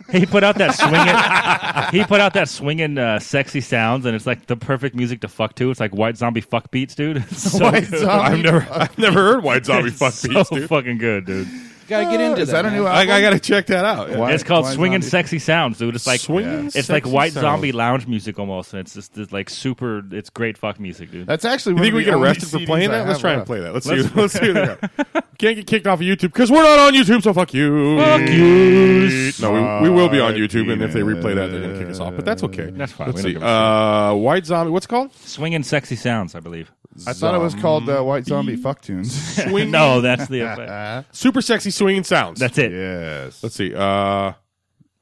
Speaker 2: He put out that
Speaker 4: *laughs*
Speaker 2: swinging. he put out that swinging, uh, sexy sounds, and it's like the perfect music to fuck to. It's like white zombie fuck beats, dude. *laughs* It's so
Speaker 3: White
Speaker 2: good.
Speaker 3: Zombie.
Speaker 4: I've never, I've never heard White Zombie
Speaker 2: It's
Speaker 4: fuck
Speaker 2: so
Speaker 4: beats, dude.
Speaker 2: fucking good, dude.
Speaker 6: Gotta get into
Speaker 3: Is that a new
Speaker 4: I, I
Speaker 3: album?
Speaker 4: gotta check that out.
Speaker 3: Why-
Speaker 2: It's called
Speaker 3: why
Speaker 2: swinging
Speaker 3: zombie?
Speaker 2: sexy sounds, dude. It's like
Speaker 4: Swingin'
Speaker 2: It's like
Speaker 4: Sexy
Speaker 2: white
Speaker 4: Sounds.
Speaker 2: zombie lounge music almost, and it's just it's like super. It's great fuck music, dude.
Speaker 3: That's actually.
Speaker 4: You
Speaker 3: one
Speaker 4: think
Speaker 3: of
Speaker 4: we
Speaker 3: the
Speaker 4: get
Speaker 3: only
Speaker 4: arrested for
Speaker 3: CDs
Speaker 4: playing that?
Speaker 3: I
Speaker 4: Let's
Speaker 3: have
Speaker 4: try and
Speaker 3: left.
Speaker 4: play that. Let's, see. *laughs* Let's see. What they got. Can't get kicked off of YouTube because we're not on YouTube. So fuck you.
Speaker 2: Fuck you.
Speaker 4: No, we, we will be on YouTube, and if they replay that, they're gonna kick us off. But that's okay.
Speaker 2: That's fine.
Speaker 4: Let's
Speaker 2: We
Speaker 4: see.
Speaker 2: don't give
Speaker 4: Uh, white zombie. What's it called?
Speaker 2: Swinging sexy sounds, I believe.
Speaker 3: *laughs* I thought it was called uh, White *laughs* Zombie Fuck Tunes.
Speaker 4: Swing.
Speaker 2: No, that's the effect.
Speaker 4: Super sexy swinging sounds.
Speaker 2: That's it.
Speaker 3: yes.
Speaker 4: Let's see. Uh,
Speaker 3: Uh,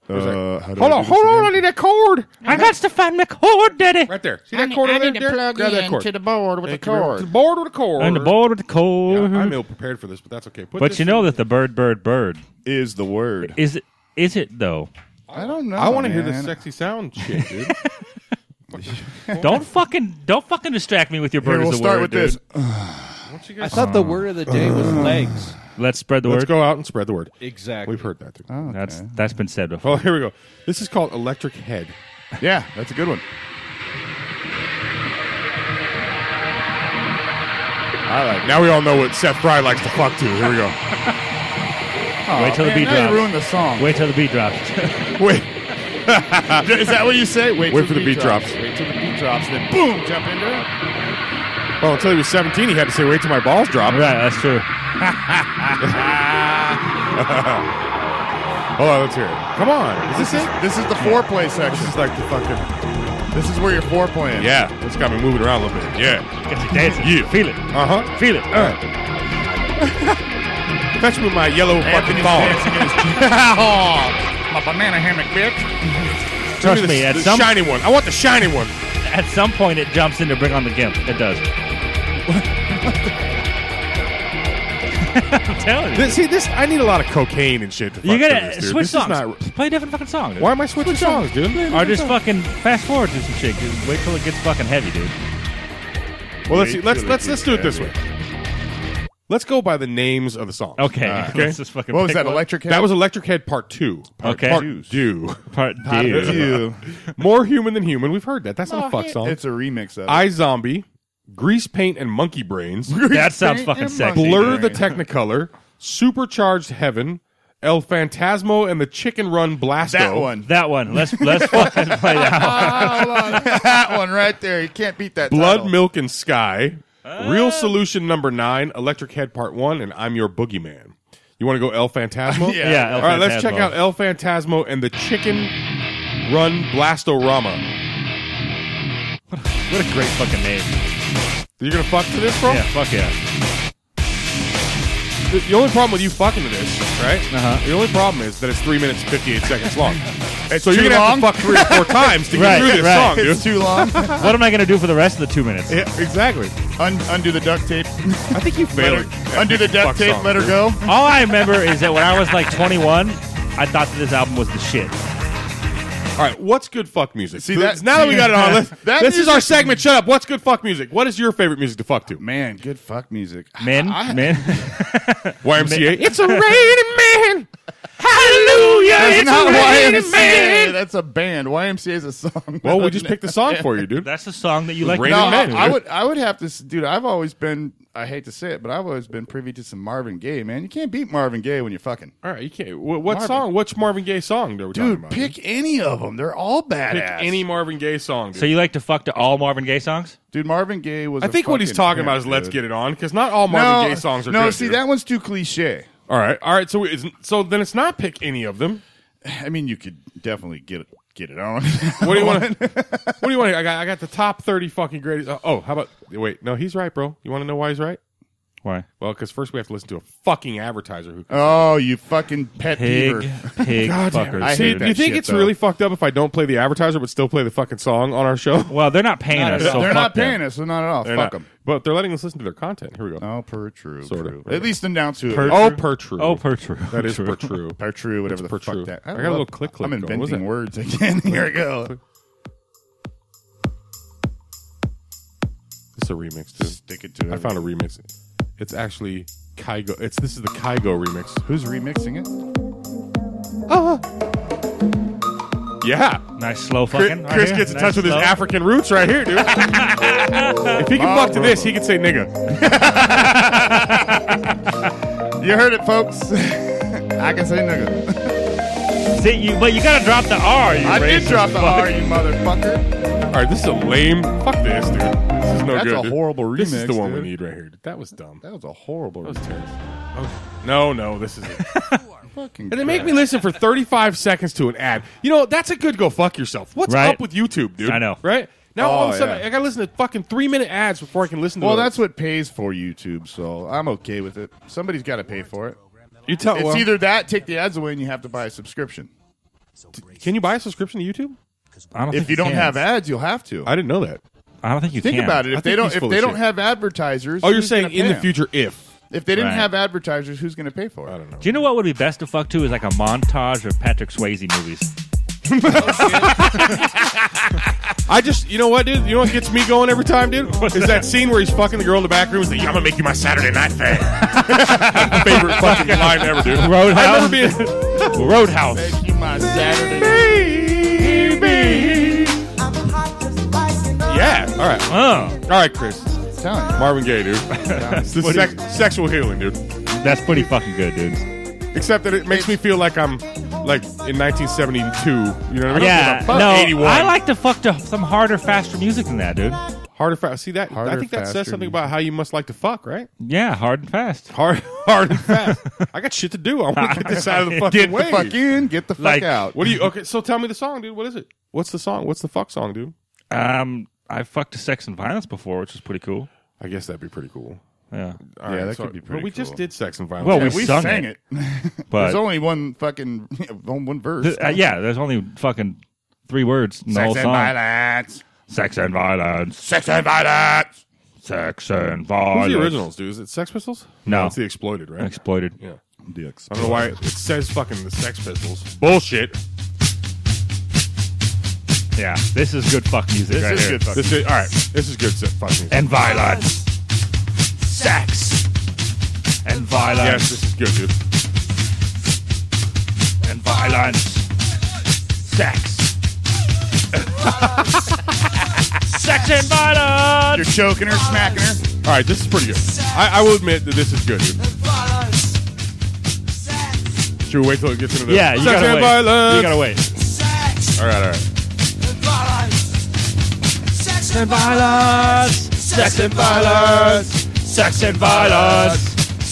Speaker 3: how do I
Speaker 4: hold
Speaker 3: do
Speaker 4: on.
Speaker 3: this
Speaker 4: Hold on. I
Speaker 3: again?
Speaker 4: need that cord.
Speaker 2: I got to find my cord, daddy.
Speaker 4: Right there. See that cord over there? Derek? Grab that cord.
Speaker 3: board with the
Speaker 4: To the board with a cord.
Speaker 2: On the board with the cord.
Speaker 4: I'm ill prepared for this, but that's okay. Put
Speaker 2: but
Speaker 4: this
Speaker 2: you know that the bird, bird, bird
Speaker 3: Is the word?
Speaker 2: is it? Is it though?
Speaker 3: I don't know.
Speaker 4: I want to hear this
Speaker 3: man.
Speaker 4: sexy sound shit,
Speaker 2: *laughs*
Speaker 4: dude.
Speaker 2: Don't fucking don't fucking distract me with your bird.
Speaker 3: Here,
Speaker 2: is
Speaker 3: we'll
Speaker 2: the
Speaker 3: start
Speaker 2: word,
Speaker 3: with
Speaker 2: dude.
Speaker 3: this.
Speaker 4: Won't you
Speaker 6: I
Speaker 4: guys-
Speaker 6: thought the word of the day was legs.
Speaker 2: Let's spread the
Speaker 4: Let's
Speaker 2: word.
Speaker 4: go out and spread the word.
Speaker 6: Exactly.
Speaker 4: We've heard that too.
Speaker 3: Oh,
Speaker 2: That's
Speaker 3: okay.
Speaker 2: that's been said before.
Speaker 4: Oh, here we go. This is called electric head.
Speaker 3: yeah. That's a good one.
Speaker 4: I like. Now we all know what Seth Fry likes to fuck to. Here we go.
Speaker 2: Wait till the
Speaker 3: Oh, man,
Speaker 2: beat
Speaker 3: now you
Speaker 2: drops.
Speaker 3: ruined the
Speaker 2: *laughs*
Speaker 3: song.
Speaker 2: Wait till the beat drops.
Speaker 4: *laughs* Wait.
Speaker 3: is that what you say?
Speaker 4: Wait
Speaker 3: Wait, till
Speaker 4: for the beat drops.
Speaker 3: Wait till the beat drops. Then boom, jump into it.
Speaker 4: Well, until he was 17, he had to say, "Wait till my balls drop."
Speaker 2: All right, that's true.
Speaker 4: Hold on, let's hear it. Come on. Is this it?
Speaker 3: This is the foreplay
Speaker 4: This
Speaker 3: section.
Speaker 4: is like the fucking.
Speaker 3: This is where you're foreplaying.
Speaker 4: Yeah, it's got me moving around a little bit. Yeah.
Speaker 2: Get you dancing.
Speaker 4: Yeah.
Speaker 2: Feel it.
Speaker 4: Uh huh.
Speaker 2: Feel it.
Speaker 3: Oh,
Speaker 4: *laughs* Fetch me my yellow fucking thong.
Speaker 3: *laughs* Oh, My banana hammock, bitch.
Speaker 2: Trust
Speaker 4: Give
Speaker 2: me,
Speaker 4: the,
Speaker 2: at
Speaker 4: the
Speaker 2: some
Speaker 4: shiny one. I want the shiny one.
Speaker 2: at some point it jumps in to bring on the gimp. It does. *laughs* I'm telling you.
Speaker 4: This, see, this I need a lot of cocaine and shit. To fuck
Speaker 2: you
Speaker 4: to
Speaker 2: gotta
Speaker 4: this, dude.
Speaker 2: switch
Speaker 4: this
Speaker 2: songs.
Speaker 4: Is not,
Speaker 2: Play a different fucking song. Dude.
Speaker 4: why am I switching songs, dude?
Speaker 2: Or just fucking fast forward to some shit. Dude. Wait till it gets fucking heavy, dude.
Speaker 4: Well, let's see. Let's let's let's do it this way. Let's go by the names of the songs.
Speaker 2: Okay.
Speaker 4: okay.
Speaker 2: *laughs* Let's just fucking
Speaker 3: What was
Speaker 2: pick
Speaker 3: that?
Speaker 2: one.
Speaker 3: Electric
Speaker 4: That was Electric Head Part Two. Part
Speaker 2: Okay.
Speaker 4: Part Two. *laughs*
Speaker 2: part
Speaker 3: Electric
Speaker 2: two?
Speaker 4: More human than human. We've heard that. That's not a fuck song.
Speaker 3: It's a remix of it.
Speaker 4: I Zombie, Grease Paint and Monkey Brains,
Speaker 2: That sounds fucking
Speaker 3: Paint
Speaker 2: sexy.
Speaker 3: your
Speaker 4: Blur the
Speaker 3: Brains.
Speaker 4: Technicolor, Supercharged Heaven, El Fantasmo and the Chicken Run Blasto.
Speaker 3: that one.
Speaker 2: That one. Let's
Speaker 4: *laughs*
Speaker 2: let's fucking play that one.
Speaker 3: that one right there. You can't beat that.
Speaker 4: Blood,
Speaker 3: title. Ah.
Speaker 4: Milk, and Sky. Real Solution Number Nine, Electric Head Part One, and I'm Your Boogeyman. You want to go El Fantasmo?
Speaker 3: *laughs* Yeah.
Speaker 2: Yeah. El
Speaker 4: All right, let's check
Speaker 2: Fantasmo.
Speaker 4: out El Fantasmo and the Chicken Run Blastorama.
Speaker 2: What a great fucking name.
Speaker 4: You're gonna fuck to this, bro?
Speaker 2: Yeah. Fuck yeah.
Speaker 4: The- The only problem with you fucking to this, right? Uh-huh. The only problem is that it's three minutes and fifty-eight seconds long. so you're
Speaker 3: too
Speaker 4: gonna have to
Speaker 3: long?
Speaker 4: fuck three or four times to get
Speaker 2: Right,
Speaker 4: through this
Speaker 2: right.
Speaker 4: song, dude.
Speaker 3: It's too long.
Speaker 2: *laughs* What am I gonna do for the rest of the two minutes?
Speaker 4: Yeah, exactly.
Speaker 3: Un- undo the duct tape.
Speaker 4: I think you
Speaker 3: Let
Speaker 4: failed.
Speaker 3: her, undo the duct
Speaker 4: Fuck
Speaker 3: tape.
Speaker 4: song,
Speaker 3: let her
Speaker 4: dude.
Speaker 3: go.
Speaker 2: All I remember is that when I was like 21, I thought that this album was the shit.
Speaker 4: All right, what's good fuck music?
Speaker 3: See,
Speaker 4: So
Speaker 3: that-
Speaker 4: now that we got it
Speaker 3: *laughs*
Speaker 4: on, let's,
Speaker 3: That
Speaker 4: this is
Speaker 3: music-
Speaker 4: our segment. Shut up. What's good fuck music? What is your favorite music to fuck to?
Speaker 3: *laughs* Man, good fuck music.
Speaker 2: Men,
Speaker 3: I-
Speaker 2: men.
Speaker 4: YMCA. it's
Speaker 3: *laughs*
Speaker 4: a
Speaker 2: rainy man. Hallelujah.
Speaker 3: That's not
Speaker 2: rainy
Speaker 3: YMCA. That's a band. YMCA is a song.
Speaker 4: well,
Speaker 3: *laughs*
Speaker 4: we just picked the song for you, dude.
Speaker 2: That's a song that you like.
Speaker 4: Rain
Speaker 3: No,
Speaker 4: Rated
Speaker 3: I,
Speaker 4: Men.
Speaker 3: I would. I would have to, s- dude. I've always been I hate to say it, but I've always been privy to some Marvin Gaye, man. You can't beat Marvin Gaye when you're fucking.
Speaker 4: All right, you can't. What, what song? Which Marvin Gaye song? That we're talking
Speaker 3: Dude,
Speaker 4: about?
Speaker 3: pick any of them. They're all badass.
Speaker 4: Pick any Marvin Gaye song. Dude.
Speaker 2: So you like to fuck to all Marvin Gaye songs?
Speaker 3: Dude, Marvin Gaye was.
Speaker 4: I think what he's talking about is "Let's Get It On" because not all Marvin
Speaker 3: no,
Speaker 4: Gaye songs are
Speaker 3: No,
Speaker 4: good,
Speaker 3: see
Speaker 4: dude.
Speaker 3: that one's too cliche.
Speaker 4: All right, all right. So it's, so then it's not pick any of them.
Speaker 3: I mean, you could definitely get it, get it on. *laughs*
Speaker 4: What do you want? what do you want? I got I got the top thirty fucking greatest. Uh, oh, how about wait? No, he's right, bro. You want to know why he's right?
Speaker 2: Why?
Speaker 4: Well, because first we have to listen to a fucking advertiser who.
Speaker 3: oh, you fucking pet
Speaker 2: Pig,
Speaker 3: peever.
Speaker 2: pig
Speaker 4: Damn it.
Speaker 2: fuckers.
Speaker 3: I
Speaker 4: See,
Speaker 3: hate
Speaker 2: dude.
Speaker 4: do you
Speaker 3: that
Speaker 4: think
Speaker 3: shit,
Speaker 4: it's
Speaker 3: though.
Speaker 4: really fucked up if I don't play the advertiser but still play the fucking song on our show? *laughs*
Speaker 2: Well, they're not paying
Speaker 6: Not
Speaker 2: us,
Speaker 6: at
Speaker 2: so
Speaker 3: They're
Speaker 2: fuck
Speaker 3: not paying
Speaker 2: them.
Speaker 3: us, so not at all.
Speaker 4: They're
Speaker 3: Fuck
Speaker 4: not-
Speaker 3: them.
Speaker 4: But they're letting us listen to their content. Here we go.
Speaker 3: Oh, per true.
Speaker 4: Sort of.
Speaker 3: true. At least announce who. it
Speaker 4: Per-
Speaker 3: is.
Speaker 4: oh, per true.
Speaker 2: Oh, per true.
Speaker 4: That is per true.
Speaker 3: per true, whatever the
Speaker 4: per
Speaker 3: fuck
Speaker 4: true.
Speaker 3: that.
Speaker 4: I got a little click click
Speaker 3: I'm
Speaker 4: going. What was
Speaker 3: inventing
Speaker 4: that?
Speaker 3: words again. *laughs* Here we go.
Speaker 4: *laughs* It's a remix, dude.
Speaker 3: Stick it to.
Speaker 4: I
Speaker 3: everything.
Speaker 4: found a remix. It's actually Kygo. It's this is the Kygo remix.
Speaker 3: Who's remixing it?
Speaker 4: Yeah.
Speaker 2: Nice slow
Speaker 4: Chris,
Speaker 2: fucking. right
Speaker 4: Chris
Speaker 2: here.
Speaker 4: gets in
Speaker 2: Nice
Speaker 4: touch with his
Speaker 2: slow.
Speaker 4: African roots right here, *laughs* dude. if he can buck to this, he can say nigga.
Speaker 3: You heard it, folks. *laughs* I can say
Speaker 4: *laughs*
Speaker 3: nigga.
Speaker 2: See, you, but you gotta drop the R. You
Speaker 3: I did
Speaker 2: racist
Speaker 3: drop the
Speaker 2: fuck.
Speaker 3: R, you motherfucker.
Speaker 4: All right, this is a lame. Fuck this, dude. This is no
Speaker 3: That's
Speaker 4: good.
Speaker 3: a
Speaker 4: dude.
Speaker 3: horrible
Speaker 4: This is
Speaker 3: remix,
Speaker 4: the one
Speaker 3: dude.
Speaker 4: we need right here. dude. That was dumb.
Speaker 3: That was a horrible.
Speaker 4: That was terrible. No, no, this is it.
Speaker 3: fucking.
Speaker 4: And they make me listen for 35 seconds to an ad. You know, that's a good go fuck yourself. What's
Speaker 2: Right.
Speaker 4: up with YouTube, dude?
Speaker 2: I know.
Speaker 4: Right? Now all of a
Speaker 3: Oh,
Speaker 4: sudden,
Speaker 3: yeah.
Speaker 4: I got to listen to fucking three minute ads before I can listen to
Speaker 3: Well,
Speaker 4: the-
Speaker 3: that's what pays for YouTube, so I'm okay with it. Somebody's got to pay for it.
Speaker 4: You tell,
Speaker 3: It's
Speaker 4: Oh, well,
Speaker 3: either that, take the ads away, and you have to buy a subscription.
Speaker 4: Can you buy a subscription to YouTube?
Speaker 2: I don't think
Speaker 3: If you don't
Speaker 2: can.
Speaker 3: have ads, you'll have to.
Speaker 4: I didn't know that.
Speaker 2: I don't think you
Speaker 3: Think
Speaker 2: can.
Speaker 3: about it.
Speaker 4: I
Speaker 3: If they
Speaker 4: think
Speaker 3: don't,
Speaker 4: he's
Speaker 3: if
Speaker 4: full
Speaker 3: they
Speaker 4: of
Speaker 3: don't
Speaker 4: shit.
Speaker 3: have advertisers,
Speaker 4: Oh, you're
Speaker 3: who's
Speaker 4: saying
Speaker 3: gonna
Speaker 4: in
Speaker 3: pay
Speaker 4: the
Speaker 3: them?
Speaker 4: future if.
Speaker 3: If they didn't
Speaker 2: Right.
Speaker 3: have advertisers, who's going to pay for it? I don't know.
Speaker 2: Do you know what would be best to fuck to is like a montage of Patrick Swayze movies.
Speaker 4: I just, you know what, dude? You know what gets me going every time, *laughs* dude? Is that scene where he's fucking the girl in the back room. He's like, I'm going to make you my Saturday night thing. Favorite fucking line ever, dude. Roadhouse. I remember being. Roadhouse.
Speaker 3: you my Saturday.
Speaker 4: Baby. *laughs* Yeah. All right.
Speaker 2: Oh,
Speaker 4: All right, Chris.
Speaker 3: Telling
Speaker 4: Marvin Gaye, dude. *laughs* it's the sex- sexual healing, dude.
Speaker 2: that's pretty fucking good, dude.
Speaker 4: Except that it makes me feel like I'm like in 1972. You know what I mean?
Speaker 2: Yeah,
Speaker 4: I'm
Speaker 2: no,
Speaker 4: 81.
Speaker 2: I like to fuck to some harder, faster music than that, dude.
Speaker 4: harder, fast. See that? I
Speaker 3: Harder,
Speaker 4: think that says
Speaker 3: faster.
Speaker 4: something about how you must like to fuck,
Speaker 3: *laughs*
Speaker 4: right?
Speaker 2: Yeah, hard and fast.
Speaker 4: Hard, hard and fast. I got shit to do. I want to get this *laughs* out of the fucking
Speaker 2: Get the
Speaker 4: way.
Speaker 3: you. Fuck in, get the fuck
Speaker 2: Like-
Speaker 3: out.
Speaker 4: What do you? Okay, so tell me the song, dude. What is it? What's the song? What's the fuck song, dude?
Speaker 2: Um, I fucked to Sex and Violence before, which was pretty cool.
Speaker 4: I guess that'd be pretty cool.
Speaker 2: Yeah,
Speaker 4: All
Speaker 3: Yeah, that
Speaker 4: so-
Speaker 3: could be pretty
Speaker 4: But we just
Speaker 3: cool.
Speaker 4: did sex and violence.
Speaker 2: Well,
Speaker 4: Yeah,
Speaker 2: we sung
Speaker 3: sang
Speaker 2: it.
Speaker 3: it.
Speaker 2: but
Speaker 3: There's only one fucking *laughs* only one verse.
Speaker 2: Uh, yeah, there's only fucking three words in the whole
Speaker 3: Sex and
Speaker 2: song.
Speaker 3: violence.
Speaker 2: Sex and violence.
Speaker 3: Sex and violence.
Speaker 2: Sex and violence.
Speaker 4: who's the originals, dude? Is it Sex Pistols?
Speaker 2: No.
Speaker 4: it's the Exploited, right?
Speaker 2: Exploited.
Speaker 4: yeah.
Speaker 3: Dicks.
Speaker 4: I don't know why it says fucking the Sex Pistols. Bullshit.
Speaker 2: Yeah, this is good fuck music.
Speaker 3: This
Speaker 2: right
Speaker 3: is
Speaker 2: here.
Speaker 3: good. Fucking.
Speaker 4: This is all right. This is good. se- Fucking
Speaker 2: And violence. Sex. And
Speaker 4: yes,
Speaker 2: violence.
Speaker 4: this is good, dude.
Speaker 2: And violence. *laughs* Sex. Sex and
Speaker 3: You're
Speaker 2: violence.
Speaker 3: choking her, smacking her.
Speaker 4: All right, this is pretty good. I, I will admit that this is good, dude. Should we wait till it gets into the
Speaker 2: Yeah, you
Speaker 4: sex
Speaker 2: gotta
Speaker 4: and
Speaker 2: wait.
Speaker 4: violence?
Speaker 2: You gotta wait.
Speaker 4: All right, all right.
Speaker 2: and violence. Sex and violence. Sex and violence.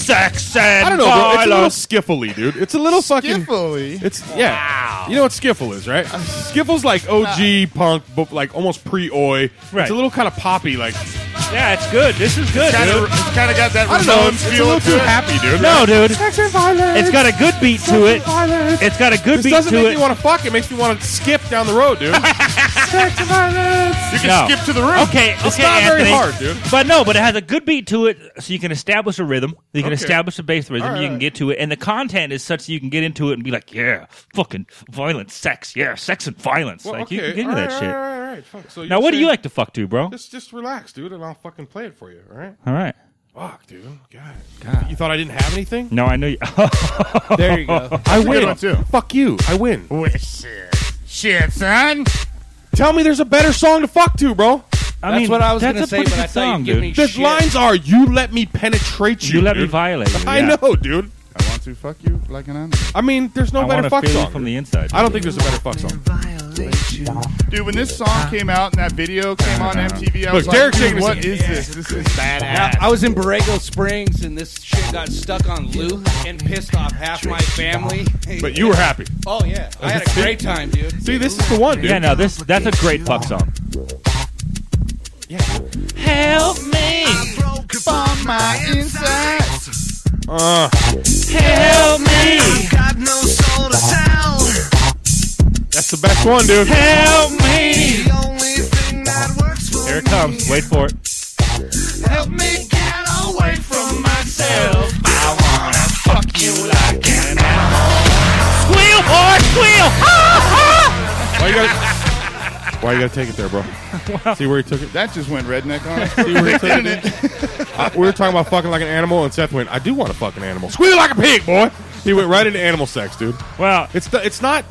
Speaker 2: Sex and
Speaker 4: I don't know, bro. It's a little skiffly, dude. It's a little fucking.
Speaker 3: Carefully.
Speaker 4: It's yeah. You know what skiffle is, right? Skiffle's like OG punk, but like almost pre-oi.
Speaker 2: Right.
Speaker 4: It's a little kind of poppy, like
Speaker 2: yeah, it's good. This is good.
Speaker 4: Kinda
Speaker 2: dude.
Speaker 3: It's kind of got that
Speaker 4: I don't know.
Speaker 3: Ramones
Speaker 4: It's, it's a
Speaker 3: feel
Speaker 4: little
Speaker 3: to
Speaker 4: too
Speaker 3: it.
Speaker 4: happy,
Speaker 3: *laughs*
Speaker 4: dude.
Speaker 2: No, dude.
Speaker 4: violence.
Speaker 2: It's got a good beat to it. It's got a good
Speaker 4: This
Speaker 2: beat
Speaker 4: doesn't
Speaker 2: to
Speaker 4: make
Speaker 2: it.
Speaker 4: me want to fuck. It makes me want to skip down the road,
Speaker 2: *laughs*
Speaker 4: dude. sex and violence.
Speaker 3: You can
Speaker 2: No.
Speaker 3: skip to the room.
Speaker 2: okay,
Speaker 4: It's
Speaker 2: okay,
Speaker 4: not very
Speaker 2: Anthony.
Speaker 4: hard, dude.
Speaker 2: But no, but it has a good beat to it, so you can establish a rhythm. You can
Speaker 4: Okay.
Speaker 2: establish a bass rhythm.
Speaker 4: All
Speaker 2: you
Speaker 4: right.
Speaker 2: can get to it, and the content is such that you can get into it and be like, yeah, fucking violent sex, yeah, sex and violence.
Speaker 4: Well,
Speaker 2: like
Speaker 4: okay.
Speaker 2: you can get into
Speaker 4: all
Speaker 2: that
Speaker 4: right,
Speaker 2: shit.
Speaker 4: All right, all right, Fuck. So
Speaker 2: Now,
Speaker 4: you're
Speaker 2: what do you
Speaker 4: saying-
Speaker 2: like to fuck to, bro?
Speaker 4: Just, just relax, dude, and I'll fucking play it for you. All right.
Speaker 2: All right.
Speaker 4: Fuck, dude. God. You thought I didn't have
Speaker 2: *laughs*
Speaker 4: anything?
Speaker 2: No, I know you.
Speaker 6: There you go.
Speaker 4: I
Speaker 3: good
Speaker 4: win.
Speaker 3: one, too.
Speaker 4: Fuck you. I win.
Speaker 3: Shit, shit, son.
Speaker 4: Tell me there's a better song to fuck to, bro.
Speaker 2: I
Speaker 6: That's
Speaker 2: mean,
Speaker 6: what I was
Speaker 2: that's
Speaker 6: gonna
Speaker 2: a
Speaker 6: say,
Speaker 2: pretty
Speaker 6: but
Speaker 2: good
Speaker 6: I thought you'd
Speaker 2: song,
Speaker 6: give
Speaker 2: dude.
Speaker 6: me
Speaker 4: The
Speaker 6: Shit.
Speaker 4: lines are "You let me penetrate you."
Speaker 2: you let me
Speaker 4: dude."
Speaker 2: violate. You.
Speaker 4: I
Speaker 2: yeah.
Speaker 4: know, dude.
Speaker 3: I want to fuck you like an animal.
Speaker 4: I mean, there's no
Speaker 2: I want
Speaker 4: better
Speaker 2: to
Speaker 4: fuck
Speaker 2: feel you
Speaker 4: song.
Speaker 2: from the inside.
Speaker 4: I don't think there's a better fuck song.
Speaker 3: Dude, when this song came out and that video came on MTV, I was
Speaker 4: Look,
Speaker 3: like,
Speaker 4: Derek's
Speaker 3: dude,
Speaker 4: shaking his
Speaker 3: what
Speaker 4: head.
Speaker 3: is this? This is badass.
Speaker 6: I was in Borrego Springs and this shit got stuck on loop and pissed off half my family. *laughs*
Speaker 4: But you were happy.
Speaker 6: oh yeah, I had a great time, dude.
Speaker 4: See, this is the one, dude.
Speaker 2: Yeah, no, this that's a great fuck song. Help me,
Speaker 3: on my inside.
Speaker 4: Uh,
Speaker 2: help me,
Speaker 4: that's the best one, dude.
Speaker 2: help me. Here it comes. Wait for it.
Speaker 4: Why you gotta? Why you gotta take it there,
Speaker 2: *laughs*
Speaker 4: bro? See where he took it.
Speaker 3: That just went redneck on *laughs* us.
Speaker 4: See where he took it. Uh, we were talking about fucking like an animal, and Seth went, "I do want a fucking animal. Squeal like a pig, boy." He went right into animal sex, dude.
Speaker 2: *laughs* Well,
Speaker 4: It's the, it's not.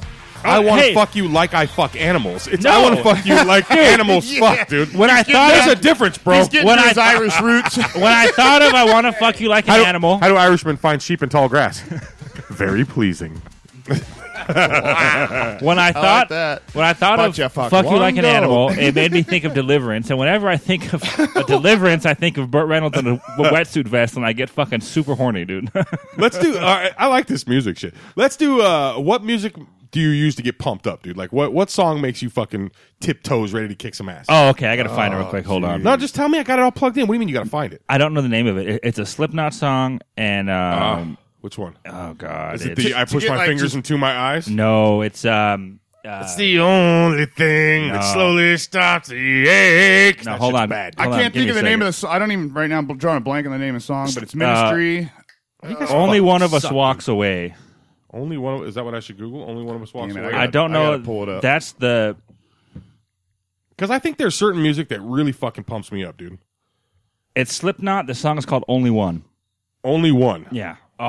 Speaker 4: I want to
Speaker 2: Uh, hey.
Speaker 4: fuck you like I fuck animals. It's
Speaker 2: No.
Speaker 4: I want to fuck you
Speaker 2: *laughs*
Speaker 4: like animals fuck, dude. When I
Speaker 2: getting
Speaker 4: there's a
Speaker 2: back-
Speaker 4: difference, bro.
Speaker 2: getting Oh, When to his I-
Speaker 4: Irish roots,
Speaker 2: when *laughs* I thought of, I want to fuck you like an
Speaker 4: how do,
Speaker 2: animal.
Speaker 4: How do Irishmen find sheep in tall
Speaker 3: *laughs*
Speaker 4: grass? Very pleasing.
Speaker 2: When I thought
Speaker 3: that.
Speaker 2: when I thought
Speaker 3: But
Speaker 2: of
Speaker 3: you
Speaker 2: fuck,
Speaker 3: fuck
Speaker 2: you like an
Speaker 3: one, no.
Speaker 2: animal, it made me *laughs* think of Deliverance. And whenever I think of a Deliverance, I think of Burt Reynolds in a w- wetsuit vest, and I get fucking super horny, dude. *laughs*
Speaker 4: Let's do. all right, I like this music shit. Let's do. Uh, what music do you use to get pumped up, dude? Like, what what song makes you fucking tiptoes ready to kick some ass?
Speaker 2: oh, okay, I gotta find it real quick. Hold on.
Speaker 4: no, just tell me. I got it all plugged in. What do you mean you got to find it?
Speaker 2: I don't know the name of it. It- It's a Slipknot song, and um,
Speaker 4: Which one?
Speaker 2: oh god,
Speaker 4: Is it
Speaker 2: it's-
Speaker 4: the I push
Speaker 3: get,
Speaker 4: my
Speaker 3: like,
Speaker 4: fingers
Speaker 3: just-
Speaker 4: into my eyes?
Speaker 2: no, it's um. Uh,
Speaker 4: It's the only thing that slowly stops the ache.
Speaker 2: no,
Speaker 4: That
Speaker 2: hold
Speaker 4: shit's
Speaker 2: on.
Speaker 4: Bad.
Speaker 3: I can't think of the name of the song. I don't even, right now, I'm drawing a blank on the name of the song, but it's Ministry.
Speaker 2: the. Only one of us
Speaker 4: suck,
Speaker 2: walks away.
Speaker 4: Only one. Of, is that what I should Google? Only one of us walks
Speaker 3: Damn it, I
Speaker 4: away.
Speaker 2: I
Speaker 3: gotta-
Speaker 2: don't
Speaker 3: I
Speaker 2: know.
Speaker 3: gotta pull it up.
Speaker 2: That's the.
Speaker 4: Because I think there's certain music that really fucking pumps me up, dude.
Speaker 2: It's Slipknot. The song is called Only One.
Speaker 4: Only one.
Speaker 2: Yeah. Oh.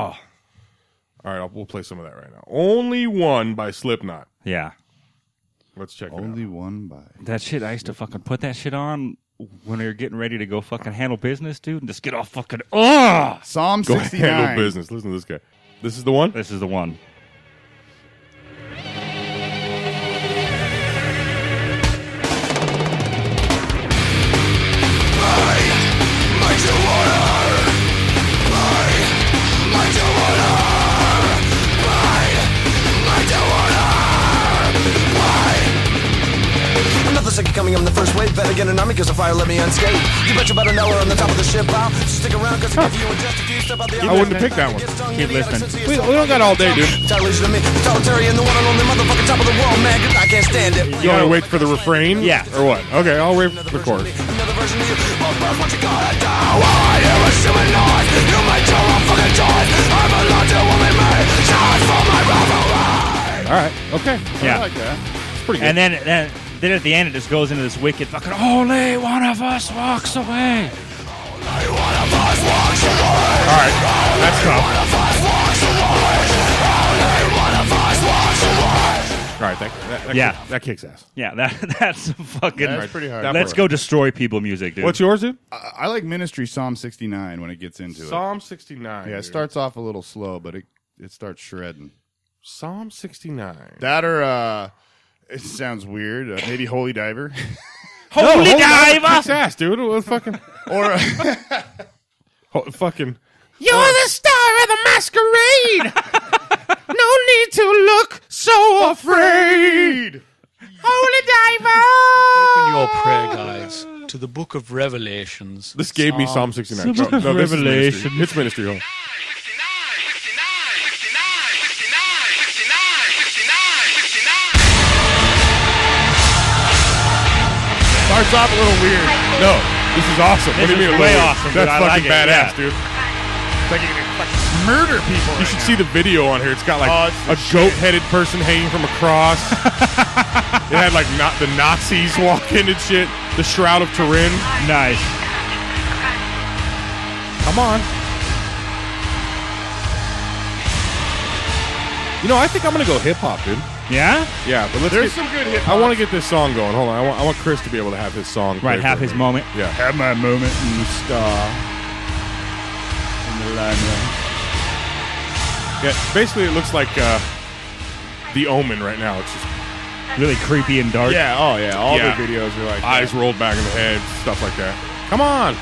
Speaker 4: All right, I'll, we'll play some of that right now. Only one by Slipknot.
Speaker 2: Yeah.
Speaker 4: Let's check it
Speaker 3: Only one by.
Speaker 2: That shit, I used to fucking put that shit on when we were getting ready to go fucking handle business, dude, and just get all fucking. Ugh!
Speaker 3: Psalm
Speaker 4: out. *laughs* Go handle
Speaker 3: 69.
Speaker 4: business. Listen to this guy. This is the one.
Speaker 2: This is the one.
Speaker 7: Another second coming, I'm the first wave. Better get an army, cause the fire let me unscathed. You bet you about an hour on the top of the ship. I'll stick around, cause if you were just a few step out the
Speaker 4: I wouldn't have picked that one.
Speaker 2: Keep listening.
Speaker 4: We, we don't got all day, dude.
Speaker 7: Totally to me. Totalitarian, the one on the motherfucking top of the world, man. 'cause I can't stand it.
Speaker 4: You want to wait for the refrain?
Speaker 2: Yeah.
Speaker 4: Or what? Okay, I'll wait for the chorus.
Speaker 7: Another version of you. Oh, bro, what you gonna do? All I hear is human noise. You make your own fucking choice. I'm a lot to woman, man. Charge for my rivalry.
Speaker 4: All right. Okay.
Speaker 3: I
Speaker 2: Yeah.
Speaker 3: like that.
Speaker 4: It's pretty good.
Speaker 2: And then, then, then at the end, it just goes into this wicked fucking. oh! Only one of us walks away.
Speaker 4: That's tough. All right, that, that, that
Speaker 2: Yeah.
Speaker 4: kick- that kicks ass.
Speaker 2: Yeah, that *laughs* that's some fucking.
Speaker 3: That's pretty hard.
Speaker 2: Let's go destroy people music, dude.
Speaker 4: What's yours, dude?
Speaker 3: I I like Ministry Psalm 69 when it gets into it.
Speaker 4: Psalm 69.
Speaker 3: Yeah, it
Speaker 4: dude.
Speaker 3: starts off a little slow, but it, it starts shredding.
Speaker 4: Psalm 69.
Speaker 3: That or, uh, it sounds weird, uh, maybe Holy Diver.
Speaker 4: No,
Speaker 2: Holy
Speaker 4: hold on,
Speaker 2: diver!
Speaker 4: that Kicks ass, dude. It was fucking.
Speaker 3: or, uh,
Speaker 4: ho- fucking.
Speaker 8: You're the star of the masquerade. no need to look so afraid. Holy diver.
Speaker 9: Open your prayer guides to the book of Revelations.
Speaker 4: This gave me Psalm 69. No, no, this is
Speaker 2: Revelation.
Speaker 4: ministry. It's ministry. Hold on.
Speaker 3: starts off a little weird.
Speaker 4: No, this is awesome. what
Speaker 2: This
Speaker 4: do you
Speaker 2: is
Speaker 4: mean?
Speaker 2: way
Speaker 4: Lord?
Speaker 2: awesome, dude.
Speaker 4: That's
Speaker 2: I like
Speaker 4: fucking
Speaker 2: it,
Speaker 4: badass,
Speaker 2: yeah.
Speaker 4: dude.
Speaker 3: It's like you're gonna fucking murder people.
Speaker 4: You
Speaker 3: right
Speaker 4: should
Speaker 3: now.
Speaker 4: see the video on here. It's got like
Speaker 3: Oh, it's the
Speaker 4: a goat-headed person hanging from a
Speaker 2: *laughs*
Speaker 4: cross. it had like not the Nazis walking and shit. The Shroud of Turin.
Speaker 2: nice.
Speaker 4: Come on. You know, I think I'm gonna go hip hop, dude.
Speaker 2: Yeah?
Speaker 4: Yeah, but let's
Speaker 3: There's
Speaker 4: get,
Speaker 3: some good hip
Speaker 4: I want to get this song going. Hold on. I want, I want Chris to be able to have his song.
Speaker 2: Right,
Speaker 4: played
Speaker 2: have
Speaker 4: for
Speaker 2: his
Speaker 4: me.
Speaker 2: moment.
Speaker 4: Yeah.
Speaker 3: Have my moment in the star. In the limelight.
Speaker 4: yeah. Basically, it looks like uh, The Omen right now. It's just
Speaker 2: Really creepy and dark.
Speaker 3: Yeah, oh yeah. All
Speaker 4: Yeah.
Speaker 3: their videos are like
Speaker 4: eyes rolled back in the head, stuff like that. Come on.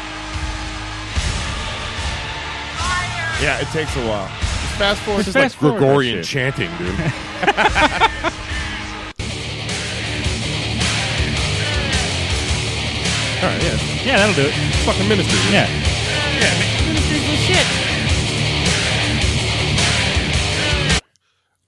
Speaker 3: that. Yeah, it takes a while. Just fast forward.
Speaker 4: It's
Speaker 3: Just
Speaker 4: like
Speaker 2: Fast forward that
Speaker 4: Gregorian
Speaker 2: shit.
Speaker 4: chanting, dude.
Speaker 3: *laughs*
Speaker 2: All right, yeah. Yeah, that'll do it.
Speaker 4: Fucking ministry. dude.
Speaker 2: Yeah.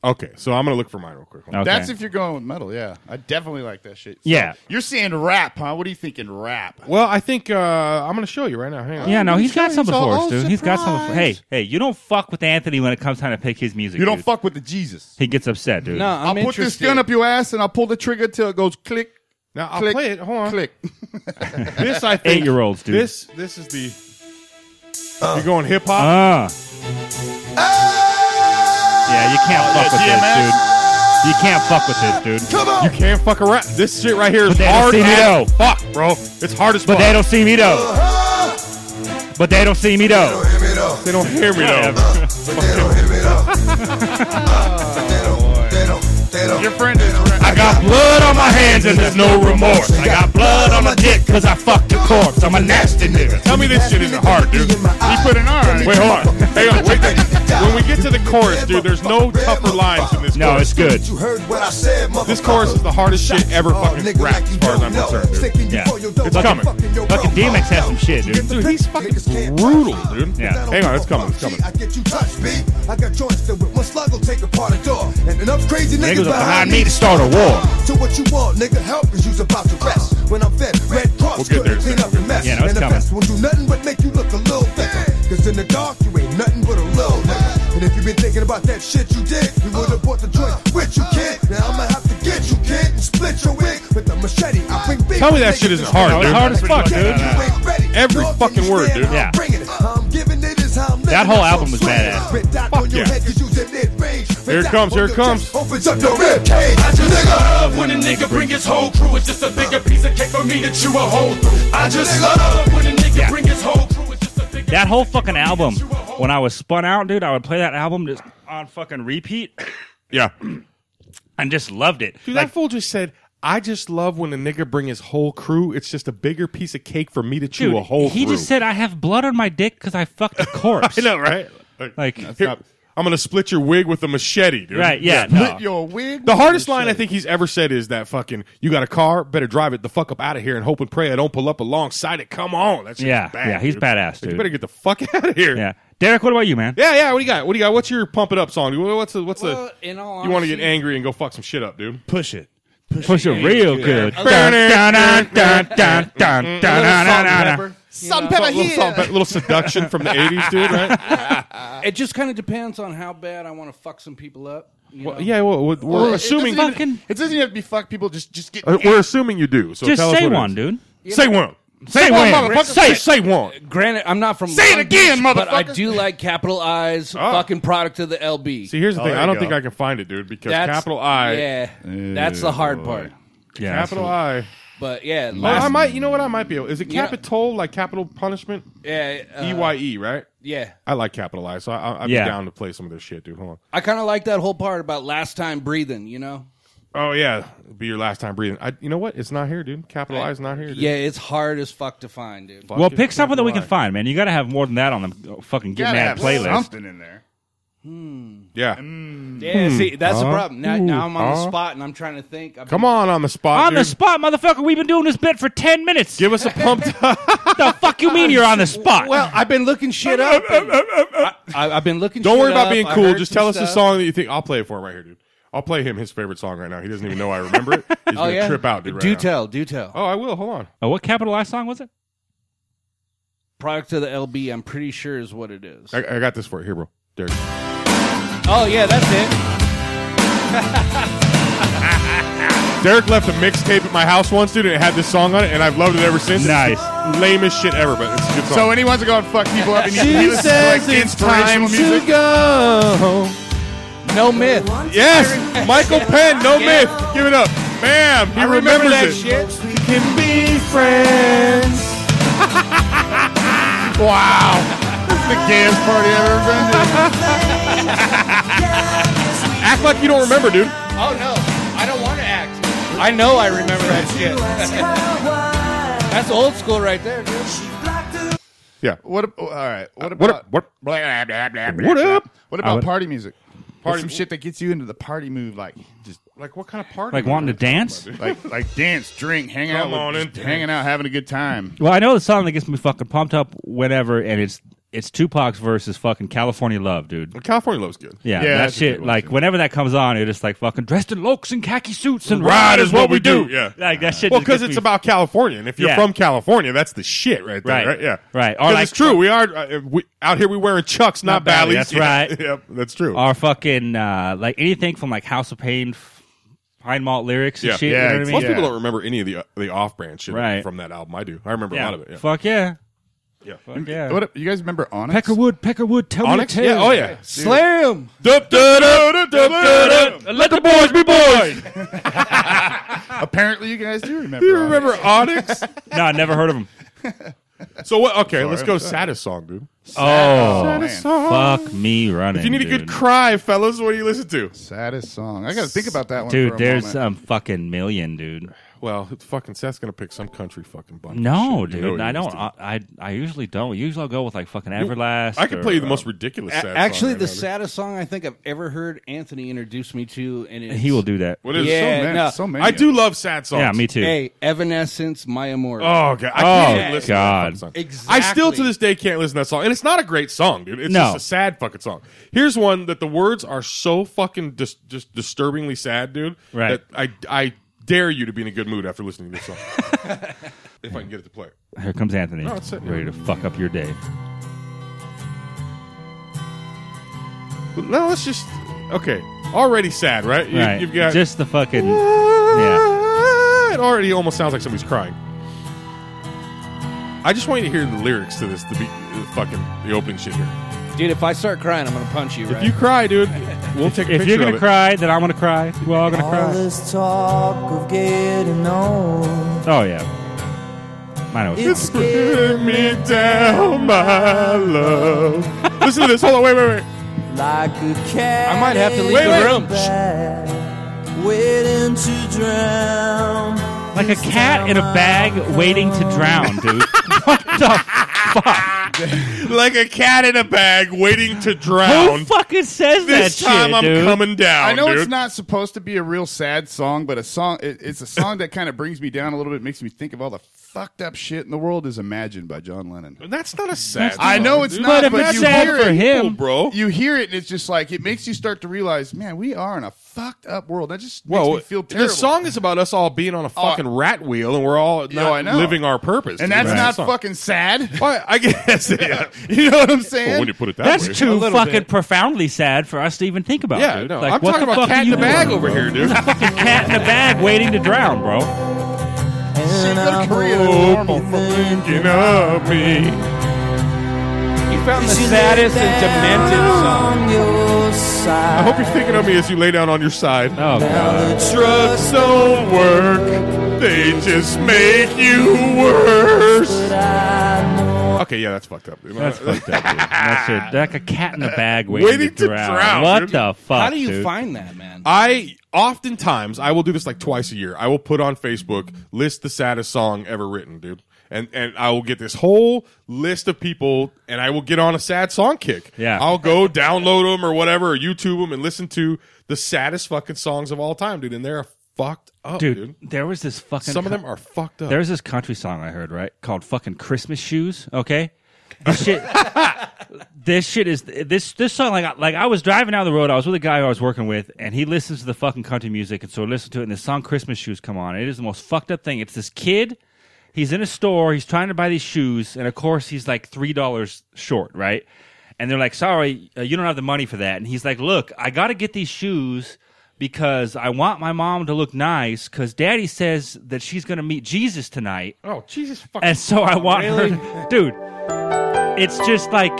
Speaker 4: Okay, so I'm gonna look for mine real quick. Hold on.
Speaker 2: Okay.
Speaker 3: That's if you're going with metal, yeah. I definitely like that shit. So,
Speaker 2: Yeah.
Speaker 3: You're saying rap, huh? What are you thinking rap?
Speaker 4: Well, I think uh, I'm gonna show you right now. Hang on.
Speaker 2: Yeah, no, he's got
Speaker 3: He's
Speaker 2: something
Speaker 3: all
Speaker 2: for us, dude. He's got something for Hey,
Speaker 3: surprised.
Speaker 2: hey, you don't fuck with Anthony when it comes time to pick his music.
Speaker 3: You don't
Speaker 2: dude.
Speaker 3: fuck with the Jesus.
Speaker 2: He gets upset, dude.
Speaker 6: No, I'm
Speaker 3: I'll put this
Speaker 6: interested.
Speaker 3: gun up your ass and I'll pull the trigger till it goes click,
Speaker 4: Now I'll
Speaker 3: click,
Speaker 4: play it. Hold on.
Speaker 3: click.
Speaker 4: This I think.
Speaker 2: Eight-year-olds, dude.
Speaker 4: This this is the. You're going hip hop.
Speaker 2: Ah. yeah, you
Speaker 3: Oh,
Speaker 2: can't fuck with this, dude. You can't fuck with this, dude.
Speaker 4: you can't fuck around. This shit right here is
Speaker 2: Uh. But
Speaker 4: hard
Speaker 2: they don't see me
Speaker 4: as
Speaker 2: though.
Speaker 4: fuck, bro. It's hard as
Speaker 2: But
Speaker 4: fuck.
Speaker 2: they don't see me though. But they don't see me though.
Speaker 4: They don't hear me
Speaker 2: *laughs*
Speaker 4: though.
Speaker 3: Your friend is
Speaker 2: I got blood on my hands and there's no remorse. I got blood on my dick cause I fucked the corpse. I'm a nasty nigga.
Speaker 4: Tell me this shit isn't hard, dude.
Speaker 3: You put an R on it.
Speaker 4: Wait, hold on. Hang on. Wait. When we get to the chorus, dude, there's no tougher lines in this.
Speaker 2: No,
Speaker 4: chorus.
Speaker 2: it's good.
Speaker 7: You heard what I said, motherfucker.
Speaker 4: This chorus is the hardest shit ever fucking rapped, as far as I'm concerned, dude.
Speaker 2: Yeah. It's
Speaker 4: coming.
Speaker 2: Fucking DMX has some shit, dude.
Speaker 4: Dude, he's fucking brutal, dude.
Speaker 2: Yeah.
Speaker 4: Hang on, it's coming, it's coming.
Speaker 7: I get you touched, B. I got joints that with one slug will take apart a door. And enough crazy
Speaker 2: Niggas
Speaker 7: niggas,
Speaker 2: are behind
Speaker 7: behind
Speaker 2: me to start a war.
Speaker 7: So what you want, nigga? Help is you's about to rest. When I'm fed, Red
Speaker 4: We'll
Speaker 7: Cross
Speaker 4: get there
Speaker 7: couldn't
Speaker 4: soon.
Speaker 7: clean up the mess.
Speaker 2: Yeah, no, it's
Speaker 7: and the
Speaker 2: coming.
Speaker 7: best won't do nothing but make you look a little thicker. Cause in the dark, you ain't nothing but a little nigga. And if you been thinking about that shit you did, you would've bought the joint with you, kid. Now I'ma have to get you, kid, and split your wig with a machete. I bring beef.
Speaker 4: Tell me that shit isn't hard,
Speaker 2: No, it's
Speaker 4: dude.
Speaker 2: hard as fuck, dude.
Speaker 4: Every fucking word, dude.
Speaker 2: Yeah.
Speaker 7: That
Speaker 2: whole album was badass.
Speaker 7: Fuck
Speaker 4: yeah.
Speaker 7: Here
Speaker 4: it comes, here it comes.
Speaker 7: Opens up your rib cage, nigga.
Speaker 5: love when a nigga bring his whole crew. It's just a bigger piece of cake for me to chew a hole through. I just love when a nigga
Speaker 2: Yeah.
Speaker 5: bring his whole crew. It's just a bigger
Speaker 2: That whole fucking album. When I was spun out, dude, I would play that album just on fucking repeat *clears throat*
Speaker 4: Yeah.
Speaker 2: and just loved it.
Speaker 4: Dude,
Speaker 2: Like,
Speaker 4: that fool just said, "I just love when a nigga bring his whole crew. It's just a bigger piece of cake for me to chew
Speaker 2: dude,
Speaker 4: a whole."
Speaker 2: he
Speaker 4: through."
Speaker 2: just said I have blood on my dick cause *laughs* I fucked a corpse.
Speaker 4: "I know, right?
Speaker 2: Like
Speaker 4: Here, I'm gonna split your wig with a machete, dude."
Speaker 2: Right, yeah,
Speaker 4: Split
Speaker 2: no.
Speaker 4: your-
Speaker 3: Your wig.
Speaker 4: The hardest line I think he's ever said is that fucking, "You got a car, better drive it the fuck up out of here and hope and pray I don't pull up alongside it." Come on, that's
Speaker 2: Yeah,
Speaker 4: bad,
Speaker 2: yeah, he's
Speaker 4: dude.
Speaker 2: badass,
Speaker 4: Like,
Speaker 2: dude.
Speaker 4: you better get the fuck *laughs* out of here.
Speaker 2: Yeah. Derek, what about you, man?
Speaker 4: yeah, yeah. What do you got? What do you got? What's your pump it up song? What's the, what's
Speaker 6: Well,
Speaker 4: the?
Speaker 6: in all
Speaker 4: You want to get
Speaker 6: honesty-
Speaker 4: angry and go fuck some shit up, dude?
Speaker 1: Push it.
Speaker 2: Push it real good.
Speaker 4: Dun, dun, dun, dun, dun, dun, dun,
Speaker 6: A little
Speaker 4: dun, dun, dun.
Speaker 6: salt and pepper, you
Speaker 3: Salt
Speaker 6: know?
Speaker 3: and pepper
Speaker 4: little,
Speaker 3: here.
Speaker 4: salt, but little seduction from the 80s, dude,
Speaker 3: *laughs*
Speaker 4: right?
Speaker 6: It just kind of depends on how bad I want to fuck some people up. you know?
Speaker 4: Well, yeah, well, we're, we're
Speaker 3: It
Speaker 4: assuming
Speaker 3: doesn't
Speaker 2: Fucking-
Speaker 3: even- It doesn't even have to be fuck people. Just just get.
Speaker 4: uh, we're assuming you do. So
Speaker 2: Just
Speaker 4: tell us
Speaker 2: say
Speaker 4: what it
Speaker 2: one,
Speaker 4: is.
Speaker 2: dude.
Speaker 4: Say one. Say
Speaker 2: one,
Speaker 4: one,
Speaker 2: motherfucker.
Speaker 4: Say say one.
Speaker 6: Granted, I'm not from.
Speaker 4: Say it
Speaker 6: Long
Speaker 4: again,
Speaker 6: Beach, But I
Speaker 4: motherfucker. Oh.
Speaker 6: do like capital I's fucking product of the LB.
Speaker 4: See, here's the thing.
Speaker 1: there
Speaker 4: I
Speaker 1: you
Speaker 4: don't
Speaker 1: go.
Speaker 4: think I can find it, dude, because
Speaker 6: That's-
Speaker 4: capital I,
Speaker 6: Yeah, that's the hard part.
Speaker 2: Yeah.
Speaker 4: capital I.
Speaker 6: But yeah,
Speaker 4: Oh, I
Speaker 6: last,
Speaker 4: might. You know what? I might be able. Is it
Speaker 6: Yeah.
Speaker 4: capital like capital punishment?
Speaker 6: yeah, uh,
Speaker 4: E Y E, right?
Speaker 6: yeah.
Speaker 4: I like capital I, so I, I'd
Speaker 2: Yeah.
Speaker 4: be down to play some of this shit, dude. Hold on.
Speaker 6: I kind of like that whole part about last time breathing. You know,
Speaker 4: Oh yeah, It'll be your last time breathing. I, you know what? It's not here, dude. Capital I is not here. Dude.
Speaker 6: yeah, it's hard as fuck to find, dude.
Speaker 4: Fuck
Speaker 2: Well,
Speaker 4: it,
Speaker 2: pick something that we can
Speaker 4: capital I.
Speaker 2: find, man. You got to have more than that on the uh, fucking Get
Speaker 3: Gotta
Speaker 2: Mad
Speaker 3: have
Speaker 2: playlist.
Speaker 3: Something in there.
Speaker 4: Yeah.
Speaker 6: Yeah, see, that's the problem. Now, now I'm on the spot and I'm trying to think. I've
Speaker 4: Come on, on the spot.
Speaker 2: On the
Speaker 4: dude.
Speaker 2: spot, motherfucker. We've been doing this bit for 10 minutes.
Speaker 4: Give us a
Speaker 2: *laughs*
Speaker 4: pumped up.
Speaker 2: what the fuck you mean you're on the spot?
Speaker 6: Well, I've been looking shit up.
Speaker 4: *laughs*
Speaker 6: and- I, have been looking.
Speaker 4: Don't
Speaker 6: shit
Speaker 4: worry about
Speaker 6: up.
Speaker 4: being
Speaker 6: I
Speaker 4: cool.
Speaker 6: heard
Speaker 4: Just
Speaker 6: some
Speaker 4: tell us the
Speaker 6: stuff.
Speaker 4: song that you think. I'll play it for him right here, dude. I'll play him his favorite song right now. He doesn't even know I remember it. He's
Speaker 6: *laughs* Oh
Speaker 4: gonna
Speaker 6: yeah,
Speaker 4: trip out, dude. Right
Speaker 6: do
Speaker 4: now.
Speaker 6: tell, do tell.
Speaker 4: Oh, I will. Hold on.
Speaker 2: Uh, what capital I song was it?
Speaker 6: Product of the LB, I'm pretty sure is what it is.
Speaker 4: I, I got this for you. Here, bro. There. it is.
Speaker 6: Oh yeah, that's it.
Speaker 4: Derek left a mixtape at my house once, dude, and it had this song on it, and I've loved it ever since.
Speaker 2: Nice.
Speaker 4: Lamest shit ever, but it's a good song.
Speaker 3: So anyone's going to fuck people up and you listen to like, inspirational music.
Speaker 4: go.
Speaker 6: No myth.
Speaker 4: Yes, Michael Penn, no myth. Give it up, bam. He remembers
Speaker 6: remember that
Speaker 4: it.
Speaker 6: shit.
Speaker 4: We can be friends. wow, this is the gayest party I've ever been to. Act like you don't remember, dude.
Speaker 6: Oh no, I don't want to act. I know I remember that shit. *laughs* That's old school right there, dude.
Speaker 4: Yeah.
Speaker 3: What? ab- All right. What about
Speaker 4: What up? What?
Speaker 3: Blah, blah, blah, blah,
Speaker 4: What
Speaker 3: blah.
Speaker 4: up?
Speaker 3: What
Speaker 2: I
Speaker 3: about
Speaker 2: would-
Speaker 3: party music? Party some shit that gets you into the party mood, like just
Speaker 4: Like what kind of party?
Speaker 2: Like wanting to dance?
Speaker 3: like like dance, drink, hang out,
Speaker 4: Come
Speaker 3: with-
Speaker 4: on
Speaker 3: just
Speaker 4: in.
Speaker 3: hanging out, having a good time.
Speaker 2: Well, I know the song that gets me fucking pumped up whenever, and it's it's Tupac's versus fucking California Love, dude.
Speaker 4: California love's good.
Speaker 2: Yeah,
Speaker 3: Yeah,
Speaker 2: that
Speaker 3: that's a good
Speaker 2: shit.
Speaker 3: one,
Speaker 2: Like
Speaker 3: too.
Speaker 2: whenever that comes on, you're just like fucking dressed in lokes and khaki suits and
Speaker 4: Ride is what we do. Yeah.
Speaker 2: like that shit.
Speaker 4: Well,
Speaker 2: just
Speaker 4: because
Speaker 2: gets
Speaker 4: it's
Speaker 2: me-
Speaker 4: about California, and if you're
Speaker 2: Yeah.
Speaker 4: from California, that's the shit right there.
Speaker 2: Right.
Speaker 4: Right. Yeah.
Speaker 2: Right. Or
Speaker 4: 'Cause
Speaker 2: like-
Speaker 4: it's true. We are uh, we, out here. We wearing chucks, not,
Speaker 2: Not Bally,
Speaker 4: Bally's.
Speaker 2: that's
Speaker 4: Yeah. *laughs*
Speaker 2: right.
Speaker 4: yep. That's true.
Speaker 2: our fucking uh, like anything from like House of Pain, f- Pine Malt lyrics and
Speaker 4: Yeah.
Speaker 2: shit.
Speaker 3: Yeah,
Speaker 2: you know what I
Speaker 4: Most
Speaker 2: mean?
Speaker 3: yeah.
Speaker 4: people don't remember any of the uh, the off brand shit
Speaker 2: Right.
Speaker 4: from that album. I do. I remember a lot of it. Yeah.
Speaker 2: Fuck yeah.
Speaker 4: Yeah.
Speaker 2: Fuck yeah.
Speaker 3: What? up- You guys remember Onyx?
Speaker 2: Peckerwood, Peckerwood, tell
Speaker 4: Onyx.
Speaker 2: me a
Speaker 4: Yeah.
Speaker 2: tale.
Speaker 4: Oh yeah.
Speaker 6: Slam.
Speaker 4: Dup, dup, dup, dup, dup, dup. Let the boys be boys.
Speaker 3: Apparently, you guys do remember.
Speaker 4: You
Speaker 3: Onyx.
Speaker 4: remember
Speaker 6: *laughs*
Speaker 4: Onyx?
Speaker 2: No, I
Speaker 4: *laughs*
Speaker 2: never heard of him.
Speaker 4: So what? Okay, let's go. Saddest song, dude.
Speaker 2: Oh,
Speaker 3: man.
Speaker 2: fuck me running.
Speaker 4: If you need
Speaker 2: dude.
Speaker 4: a good cry, fellas, what do you listen to?
Speaker 3: Saddest song. I got to think about that one. for
Speaker 2: Dude,
Speaker 3: a
Speaker 2: there's uh,
Speaker 3: moment.
Speaker 2: some fucking million, dude.
Speaker 4: Well, fucking Seth's gonna pick some country fucking bunch. of
Speaker 2: No,
Speaker 4: shit. You know
Speaker 2: dude,
Speaker 4: he
Speaker 2: I
Speaker 4: is,
Speaker 2: don't.
Speaker 4: dude.
Speaker 2: I, I I usually don't. Usually I'll go with like fucking Everlast.
Speaker 4: I could play you the
Speaker 2: or,
Speaker 4: most ridiculous. Sad song
Speaker 6: Actually,
Speaker 4: right
Speaker 6: the
Speaker 4: now, dude.
Speaker 6: saddest song I think I've ever heard Anthony introduced me to, and
Speaker 2: uh,
Speaker 6: it's,
Speaker 2: He will do that.
Speaker 4: What is it?
Speaker 6: Yeah,
Speaker 3: So many-
Speaker 6: no.
Speaker 3: so many.
Speaker 4: I do love sad songs.
Speaker 2: Yeah, me too.
Speaker 6: Hey, Evanescence, Maya Moore.
Speaker 4: Oh god! I
Speaker 2: Oh,
Speaker 4: can't even listen
Speaker 2: God.
Speaker 4: To that fucking song.
Speaker 6: Exactly.
Speaker 4: I still to this day can't listen to that song, and it's not a great song, dude. It's
Speaker 2: No.
Speaker 4: just a sad fucking song. Here's one that the words are so fucking dis- just disturbingly sad, dude.
Speaker 2: Right.
Speaker 4: That I I dare you to be in a good mood after listening to
Speaker 2: *laughs*
Speaker 4: this song, if I can get it to play.
Speaker 2: Here comes Anthony.
Speaker 4: it's Oh, it.
Speaker 2: Ready to fuck up your day.
Speaker 4: But no, let's just okay. Already sad, right? You,
Speaker 2: right.
Speaker 4: You've got
Speaker 2: just the fucking. yeah.
Speaker 4: It already almost sounds like somebody's crying. I just want you to hear the lyrics to this, the, be- the fucking the opening shit here.
Speaker 6: dude. If I start crying, I'm gonna punch you.
Speaker 4: If
Speaker 6: Right?
Speaker 4: you cry, dude, we'll take a
Speaker 2: If
Speaker 4: picture
Speaker 2: you're
Speaker 4: of
Speaker 2: gonna
Speaker 4: it.
Speaker 2: cry, then I'm gonna cry. We're all gonna
Speaker 10: All
Speaker 2: cry.
Speaker 10: this talk of getting old.
Speaker 2: Oh yeah. I know. It's
Speaker 10: It's
Speaker 4: Bring me down, my love. Listen to this. Hold on. Wait, wait, wait.
Speaker 10: like a cat.
Speaker 6: I might have to leave
Speaker 4: Wait,
Speaker 6: the
Speaker 4: wait.
Speaker 6: room.
Speaker 10: room. Waiting to drown.
Speaker 2: like a
Speaker 10: This
Speaker 2: cat in a
Speaker 10: time
Speaker 2: bag
Speaker 10: I'll
Speaker 2: waiting to
Speaker 10: come.
Speaker 2: drown, dude. what the fuck?
Speaker 4: Like a cat in a bag waiting to drown.
Speaker 2: Who fucking says
Speaker 4: this
Speaker 2: that
Speaker 4: time
Speaker 2: shit,
Speaker 4: I'm
Speaker 2: dude?
Speaker 4: coming down.
Speaker 3: I know
Speaker 4: Oh, dude.
Speaker 3: it's not supposed to be a real sad song, but a song it, it's a song that kind of brings me down a little bit, makes me think of all the fucked up shit in the world is imagined by John Lennon.
Speaker 4: That's not a sad.
Speaker 3: I
Speaker 4: song,
Speaker 3: know it's
Speaker 4: dude.
Speaker 3: not,
Speaker 2: But if
Speaker 3: but
Speaker 2: it's
Speaker 3: you
Speaker 2: sad
Speaker 3: hear
Speaker 2: for
Speaker 3: it,
Speaker 2: him,
Speaker 4: bro.
Speaker 3: You hear it and it's just like it makes you start to realize, man, we are in a fucked up world. That just makes
Speaker 4: Whoa,
Speaker 3: me feel terrible.
Speaker 4: The song is about us all being on a fucking rat wheel, and we're all
Speaker 3: Yo,
Speaker 4: not
Speaker 3: I know.
Speaker 4: living our purpose.
Speaker 3: and
Speaker 4: dude.
Speaker 3: that's not
Speaker 4: the song.
Speaker 3: fucking sad.
Speaker 4: *laughs* Well, I guess. *laughs* Yeah.
Speaker 3: You know what I'm saying?
Speaker 4: Well, when you put it that way.
Speaker 2: That's too
Speaker 6: little
Speaker 2: fucking
Speaker 6: bit.
Speaker 2: profoundly sad for us to even think about.
Speaker 4: Yeah,
Speaker 2: dude.
Speaker 4: no.
Speaker 2: Like,
Speaker 4: I'm
Speaker 2: what
Speaker 4: talking
Speaker 2: the
Speaker 4: about
Speaker 2: fuck are
Speaker 4: cat in
Speaker 2: you
Speaker 4: the bag
Speaker 2: doing?
Speaker 4: over here, dude.
Speaker 2: Fucking cat in the bag waiting to drown, bro.
Speaker 10: And
Speaker 3: go
Speaker 10: I
Speaker 3: to Korea.
Speaker 10: hope
Speaker 3: That's
Speaker 4: for
Speaker 3: normal.
Speaker 4: thinking of me.
Speaker 6: You found the
Speaker 10: you lay
Speaker 6: saddest and demented
Speaker 10: down
Speaker 6: song.
Speaker 10: on your side.
Speaker 4: I hope you're thinking of me as you lay down on your side.
Speaker 2: Oh god.
Speaker 4: Drugs don't work. They just make you worse. Okay, yeah, that's fucked up. dude.
Speaker 2: That's fucked up, dude. That's it. Like a cat in a bag waiting,
Speaker 4: Waiting to drown,
Speaker 2: What
Speaker 4: dude.
Speaker 2: the fuck?
Speaker 6: How do you
Speaker 2: dude?
Speaker 6: find that, man?
Speaker 4: I oftentimes I will do this like twice a year. I will put on Facebook list the saddest song ever written, dude. And and I will get this whole list of people and I will get on a sad song kick.
Speaker 2: Yeah.
Speaker 4: I'll go download them or whatever or YouTube them and listen to the saddest fucking songs of all time, dude. And they're fucked up, dude.
Speaker 2: dude, There was this fucking.
Speaker 4: Some of
Speaker 2: co-
Speaker 4: them are fucked up.
Speaker 2: There's this country song I heard, right? Called fucking Christmas Shoes, okay?
Speaker 4: *laughs*
Speaker 2: This shit This shit is this this song like I- like I was driving down the road, I was with a guy who I was working with and he listens to the fucking country music and so I listened to it and this song Christmas Shoes come on. and it is the most fucked up thing. It's this kid He's in a store. He's trying to buy these shoes, and of course, he's like three dollars short, right? And they're like, "Sorry, uh, you don't have the money for that." And he's like, "Look, I got to get these shoes because I want my mom to look nice because Daddy says that she's going to meet Jesus tonight,
Speaker 4: oh Jesus fucking
Speaker 2: and so I want her, *laughs* dude." It's just like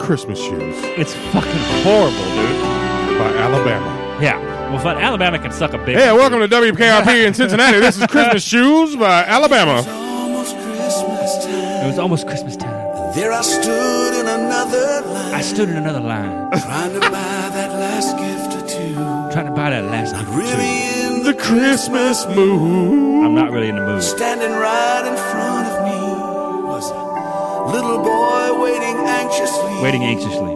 Speaker 4: Christmas shoes.
Speaker 2: it's fucking horrible, dude.
Speaker 4: by Alabama.
Speaker 2: Yeah. Well, fun. Alabama can suck a big.
Speaker 4: Hey, welcome to WKRP in Cincinnati. This is
Speaker 2: *laughs*
Speaker 4: Christmas Shoes by Alabama.
Speaker 2: It was almost Christmas time.
Speaker 11: There I stood in another line,
Speaker 2: I stood in another line,
Speaker 11: trying to buy that last gift or two.
Speaker 2: trying to buy that last. Not
Speaker 11: really
Speaker 4: in the Christmas mood.
Speaker 2: I'm not really in the mood.
Speaker 11: Standing right in front of me was a little boy waiting anxiously,
Speaker 2: Waiting anxiously.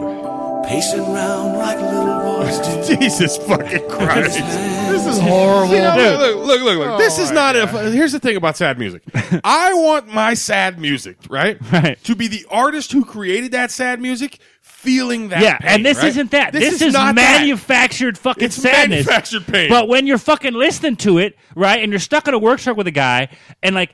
Speaker 11: pacing round like little boys do.
Speaker 12: *laughs*
Speaker 4: *laughs* Jesus fucking Christ.
Speaker 11: this
Speaker 4: is horrible.
Speaker 11: Dude.
Speaker 4: look, look, look, look. this
Speaker 2: Oh
Speaker 4: is not a. Here's the thing about sad
Speaker 2: *laughs*
Speaker 4: music. I want my sad music, right? Right. To be the artist who created that sad music, feeling that.
Speaker 2: yeah,
Speaker 4: pain,
Speaker 2: and this
Speaker 4: right?
Speaker 2: isn't that. This, is,
Speaker 4: not that.
Speaker 2: manufactured fucking
Speaker 4: It's
Speaker 2: sadness.
Speaker 4: manufactured pain.
Speaker 2: But when you're fucking listening to it, right, and you're stuck in a work truck with a guy, and like,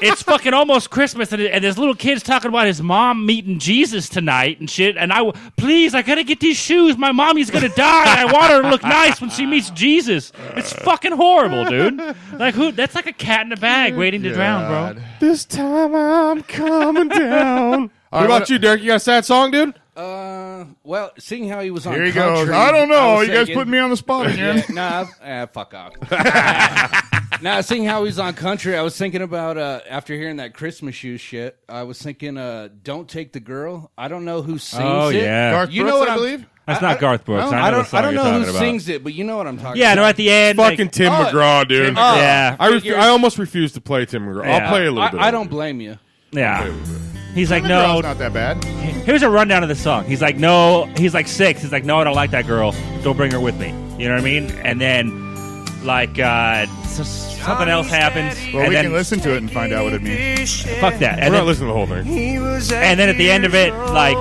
Speaker 2: it's fucking almost Christmas, and, and this little kid's talking about his mom meeting Jesus tonight and shit. And I, w- please, I gotta get these shoes. My mommy's gonna die. I want her to look nice when she meets Jesus. It's fucking horrible, dude. Like who? That's like a cat in a bag waiting to drown, bro.
Speaker 4: This time I'm coming down.
Speaker 3: All
Speaker 4: what
Speaker 3: right,
Speaker 4: about
Speaker 3: what-
Speaker 4: you, Derek? You got a sad song, dude?
Speaker 13: Uh, well, seeing how he was on
Speaker 3: Here he
Speaker 13: country,
Speaker 3: goes. I don't know.
Speaker 13: was
Speaker 3: You guys
Speaker 13: thinking-
Speaker 3: put me on the spot again.
Speaker 13: *laughs* Yeah, nah, eh, fuck
Speaker 3: *laughs*
Speaker 13: off. now, seeing how he's on country, I was thinking about uh, after hearing that Christmas shoe shit. I was thinking, uh, "Don't take the girl." I don't know who sings
Speaker 2: Oh,
Speaker 13: it.
Speaker 2: yeah. Garth
Speaker 13: you know
Speaker 2: Brooks,
Speaker 13: what
Speaker 2: I
Speaker 13: I'm-
Speaker 2: believe? That's not Garth Brooks. I know
Speaker 13: I
Speaker 2: the
Speaker 13: don't.
Speaker 2: song
Speaker 13: I don't
Speaker 2: you're
Speaker 13: know who
Speaker 2: talking about.
Speaker 13: sings it, but you know what I'm talking.
Speaker 2: Yeah,
Speaker 13: about.
Speaker 2: no, at the end,
Speaker 4: Fucking Tim
Speaker 13: Oh,
Speaker 4: McGraw, dude.
Speaker 13: Tim McGraw. Yeah.
Speaker 4: I, ref-
Speaker 13: Figures.
Speaker 4: I almost refuse to play Tim McGraw. I'll
Speaker 2: Yeah.
Speaker 4: play a little
Speaker 13: I,
Speaker 4: bit.
Speaker 13: I
Speaker 4: of it.
Speaker 13: don't blame you.
Speaker 2: Yeah. He's like,
Speaker 13: Lemon Drown's
Speaker 2: no, not that bad. Here's a rundown of the song. He's like, no, he's like six. He's like, no, I don't like that girl. Don't bring her with me. You know what I mean? And then, like, uh, s- s- something else happens.
Speaker 3: Well,
Speaker 2: and
Speaker 3: we
Speaker 2: then,
Speaker 3: can listen to it and find out what it means.
Speaker 2: Fuck that. And then,
Speaker 4: to the whole thing.
Speaker 2: And then at the end of it, like,